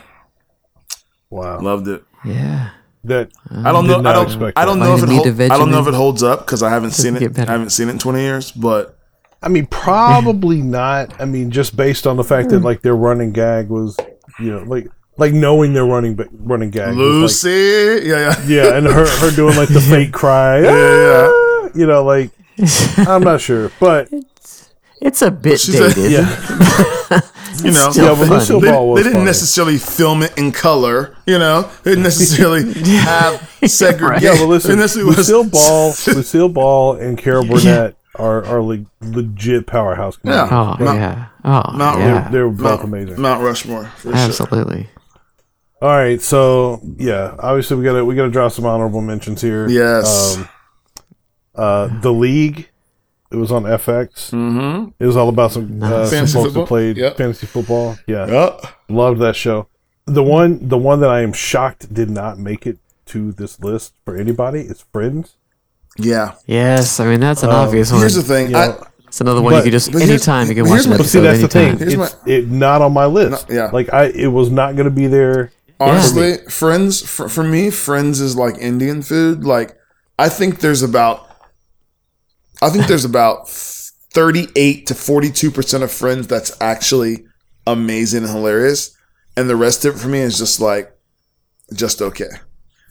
Speaker 3: Wow.
Speaker 2: Loved it.
Speaker 1: Yeah.
Speaker 3: That
Speaker 2: I don't know.
Speaker 3: Did
Speaker 2: I
Speaker 3: not
Speaker 2: don't.
Speaker 3: expect
Speaker 2: I don't
Speaker 1: that.
Speaker 2: know if
Speaker 1: Vitamin
Speaker 2: it.
Speaker 1: D
Speaker 2: Hold, I don't know if
Speaker 1: deficient.
Speaker 2: it holds up because I haven't seen
Speaker 1: Doesn't
Speaker 2: it.
Speaker 1: get better.
Speaker 2: I haven't seen it in twenty years, but
Speaker 3: I mean, probably not. I mean, just based on the fact
Speaker 1: Hmm.
Speaker 3: that like their running gag was, you know, like like knowing their running ba- running gag. Was, like,
Speaker 2: Lucy, yeah, yeah,
Speaker 3: yeah, and her her doing like the fake cry. "Ah!" You know, like I'm not sure, but
Speaker 1: It's a bit
Speaker 2: She's a-
Speaker 1: dated.
Speaker 3: yeah,
Speaker 2: you know,
Speaker 1: Still
Speaker 3: Yeah, but
Speaker 1: fun.
Speaker 3: Lucy
Speaker 2: they,
Speaker 3: Ball was
Speaker 2: they didn't
Speaker 3: funny.
Speaker 2: necessarily film it in color, you know. They didn't necessarily have segregation.
Speaker 3: yeah. Well, listen,
Speaker 2: Unless it was-
Speaker 3: Lucille Ball, Lucille Ball, and Carol Burnett are are like legit powerhouse. comedians.
Speaker 2: Yeah.
Speaker 1: Oh yeah. Oh
Speaker 2: Mount-
Speaker 1: yeah.
Speaker 3: They're both
Speaker 2: Mount,
Speaker 3: amazing.
Speaker 2: Mount Rushmore. For sure.
Speaker 1: Absolutely.
Speaker 3: All right, so yeah, obviously we gotta we gotta draw some honorable mentions here.
Speaker 2: Yes.
Speaker 3: Um, uh, the league. It was on FX. Mm-hmm. It was all about some, uh, some
Speaker 2: Fantasy
Speaker 3: folks
Speaker 2: football?
Speaker 3: that played
Speaker 2: Yep.
Speaker 3: fantasy football. Yeah,
Speaker 2: Oh,
Speaker 3: loved that show. The one, the one that I am shocked did not make it to this list for anybody is Friends.
Speaker 2: yeah.
Speaker 1: Yes. I mean, that's an obvious one.
Speaker 2: Um, Here's the thing.
Speaker 3: You know,
Speaker 2: I,
Speaker 1: It's another one you
Speaker 3: But-
Speaker 1: could just
Speaker 2: but here's-
Speaker 1: anytime you can
Speaker 2: here's
Speaker 1: watch an
Speaker 2: my-
Speaker 1: episode.
Speaker 2: But
Speaker 3: See, that's the
Speaker 1: anytime.
Speaker 3: thing.
Speaker 2: Here's
Speaker 3: It's it, not on my list.
Speaker 2: No, yeah.
Speaker 3: Like I, it was not going to be there.
Speaker 2: Honestly, Friends for, for me, Friends is like Indian food. Like I think there's about I think there's about 38 to 42% of Friends that's actually amazing and hilarious and the rest of it for me is just like just okay.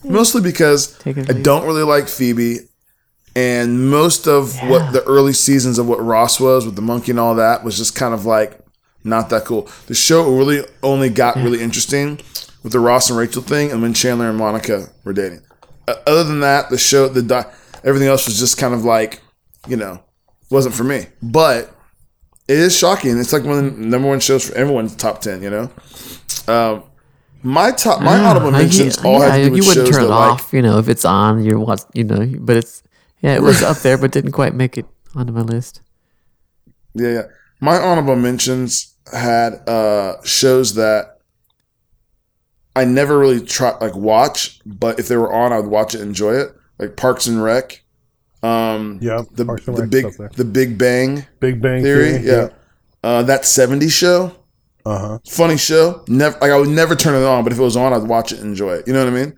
Speaker 2: Mostly because
Speaker 1: Take it or
Speaker 2: I
Speaker 1: leave
Speaker 2: don't really like Phoebe and most of what the early seasons of what Ross was with the monkey and all that was just kind of like not that cool. The show really only got really interesting with the Ross and Rachel thing, and when Chandler and Monica were dating. Uh, other than that, the show, the di- everything else was just kind of like, you know, wasn't for me. But it is shocking. It's like one of the number one shows for everyone's top ten. You know, um, my top, my audible
Speaker 1: Mm, I-
Speaker 2: mentions
Speaker 1: yeah,
Speaker 2: all had to
Speaker 1: yeah,
Speaker 2: do with
Speaker 1: you wouldn't
Speaker 2: shows
Speaker 1: turn
Speaker 2: that
Speaker 1: it
Speaker 2: like.
Speaker 1: off, you know, if it's on, you're watch, you know, but it's yeah, it was up there, but didn't quite make it onto my list.
Speaker 2: Yeah, yeah. My honorable mentions had uh shows that I never really try like watch, but if they were on, I would watch it, and enjoy it. Like Parks and Rec, um,
Speaker 3: Yeah,
Speaker 2: the
Speaker 3: Parks and
Speaker 2: the
Speaker 3: Rec's
Speaker 2: big
Speaker 3: up there.
Speaker 2: the Big Bang
Speaker 3: Big Bang
Speaker 2: Theory, yeah. Uh, that '70s show,
Speaker 3: Uh huh.
Speaker 2: funny show. Never, like I would never turn it on, but if it was on, I'd watch it, and enjoy it. You know what I mean?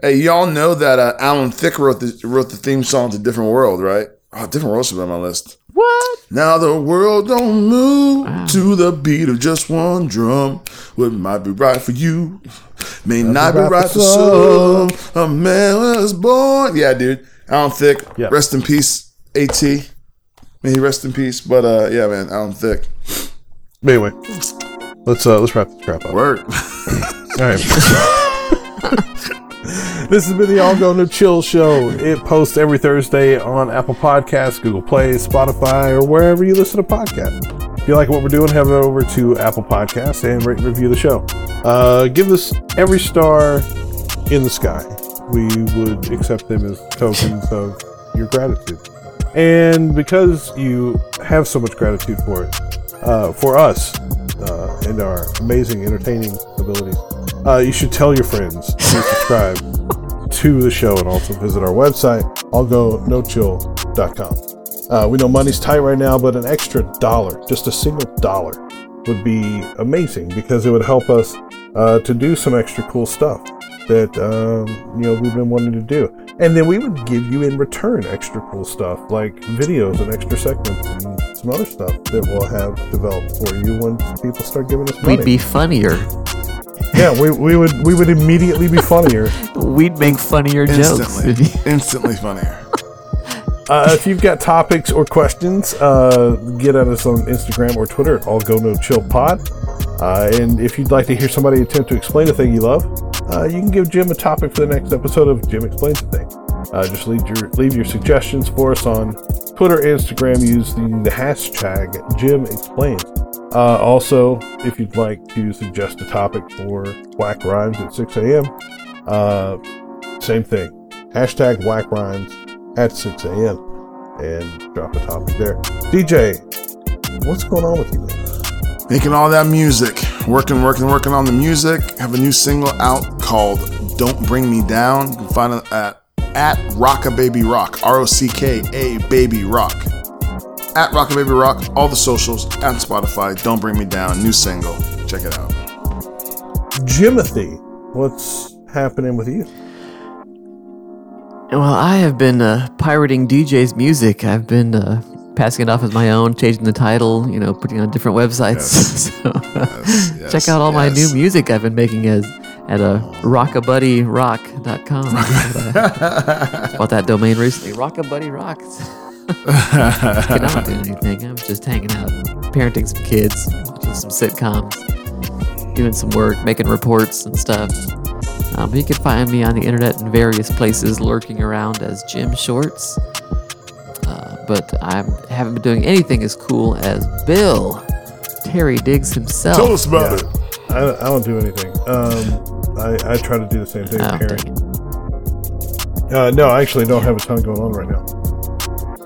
Speaker 2: Hey, y'all know that uh, Alan Thicke wrote the wrote the theme song to Different World, right? Oh, Different World should be on my list.
Speaker 1: What?
Speaker 2: Now the world don't move to the beat of just one drum. What might be right for you may not be right for some. A man was born. Yeah, dude. Alan Thick.
Speaker 3: Yeah.
Speaker 2: Rest in peace, AT. May he rest in peace. But uh, yeah, man, Alan Thick.
Speaker 3: But anyway, let's uh let's wrap this crap up.
Speaker 2: Word.
Speaker 3: All right. this has been the All Go No Chill Show. It posts every Thursday on Apple Podcasts, Google Play, Spotify, or wherever you listen to podcasts. If you like what we're doing, head over to Apple Podcasts and rate and review the show. Uh, give us every star in the sky. We would accept them as tokens of your gratitude. And because you have so much gratitude for it, uh, for us uh, and our amazing entertaining abilities, uh, you should tell your friends to subscribe to the show and also visit our website, allgonochill.com. Uh, we know money's tight right now, but an extra dollar, just a single dollar, would be amazing because it would help us uh, to do some extra cool stuff that um, you know we've been wanting to do. And then we would give you in return extra cool stuff like videos and extra segments and some other stuff that we'll have developed for you when people start giving us money.
Speaker 1: We'd be funnier.
Speaker 3: yeah, we, we would we would immediately be funnier.
Speaker 1: We'd make funnier jokes.
Speaker 2: Instantly.
Speaker 1: if you-
Speaker 2: instantly funnier.
Speaker 3: Uh, if you've got topics or questions, uh, get at us on Instagram or Twitter at All Go No Chill Pod. Uh, and if you'd like to hear somebody attempt to explain a thing you love, uh, you can give Jim a topic for the next episode of Jim Explains a Thing. Uh, just leave your leave your suggestions for us on Twitter, Instagram using the hashtag Jim Explains. Uh, also, if you'd like to suggest a topic for Whack Rhymes at 6 a.m., uh, same thing. Hashtag Whack Rhymes at 6 a.m. and drop a topic there. DJ, what's going on with you? man?
Speaker 2: Making all that music, working, working, working on the music. Have a new single out called "Don't Bring Me Down." You can find it at at Rockababy Rock, R O C K A Baby Rock, at Rockababy Rock. All the socials at Spotify. Don't Bring Me Down, new single. Check it out.
Speaker 3: Jimothy, what's happening with you?
Speaker 1: Well, I have been uh, pirating DJ's music. I've been uh, passing it off as my own, changing the title, you know, putting it on different websites. so, uh, check out all my new music I've been making as at uh, rockabuddyrock.com. Bought that domain recently. Rockabuddy Rocks. Cannot do anything. I'm just hanging out, parenting some kids, watching some sitcoms, doing some work, making reports and stuff. Um, you can find me on the internet in various places, lurking around as Jim Shorts. Uh, but I haven't been doing anything as cool as Bill Terry Diggs himself.
Speaker 2: Tell us about it.
Speaker 3: I, I don't do anything. Um, I, I try to do the same thing.
Speaker 1: Oh,
Speaker 3: with
Speaker 1: dang
Speaker 3: Karen.
Speaker 1: it.
Speaker 3: Uh, no, I actually don't have a ton going on right now,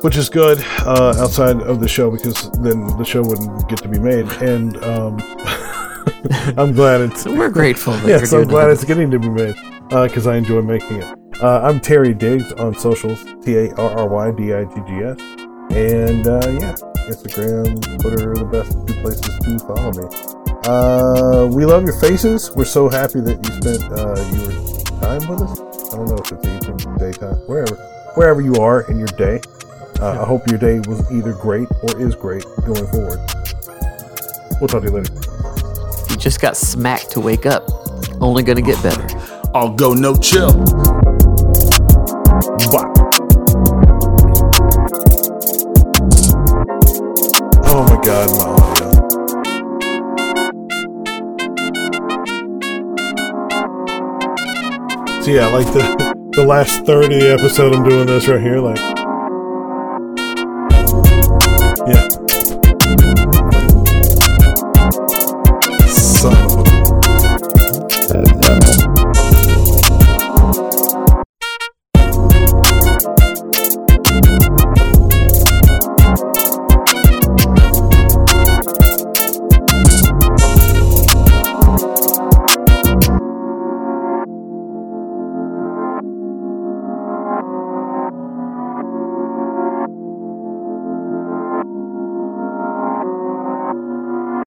Speaker 3: which is good uh, outside of the show because then the show wouldn't get to be made. And um, I'm glad it's
Speaker 1: So we're grateful that
Speaker 3: yeah,
Speaker 1: you're
Speaker 3: so I'm
Speaker 1: doing
Speaker 3: glad
Speaker 1: it.
Speaker 3: it's getting to be made because I enjoy making it. Uh, I'm Terry Diggs on socials, T A R R Y D I G G S, and uh, yeah, Instagram, Twitter are the best two places to follow me. Uh, we love your faces. We're so happy that you spent uh, your time with us. I don't know if it's evening, daytime, wherever, wherever you are in your day. Uh, I hope your day was either great or is great going forward. We'll talk to you later.
Speaker 1: You just got smacked to wake up. Only gonna get better.
Speaker 5: I'll go no chill.
Speaker 3: Bye. Oh my god, my audio. So yeah, like the the last third of the episode, I'm doing this right here, like yeah.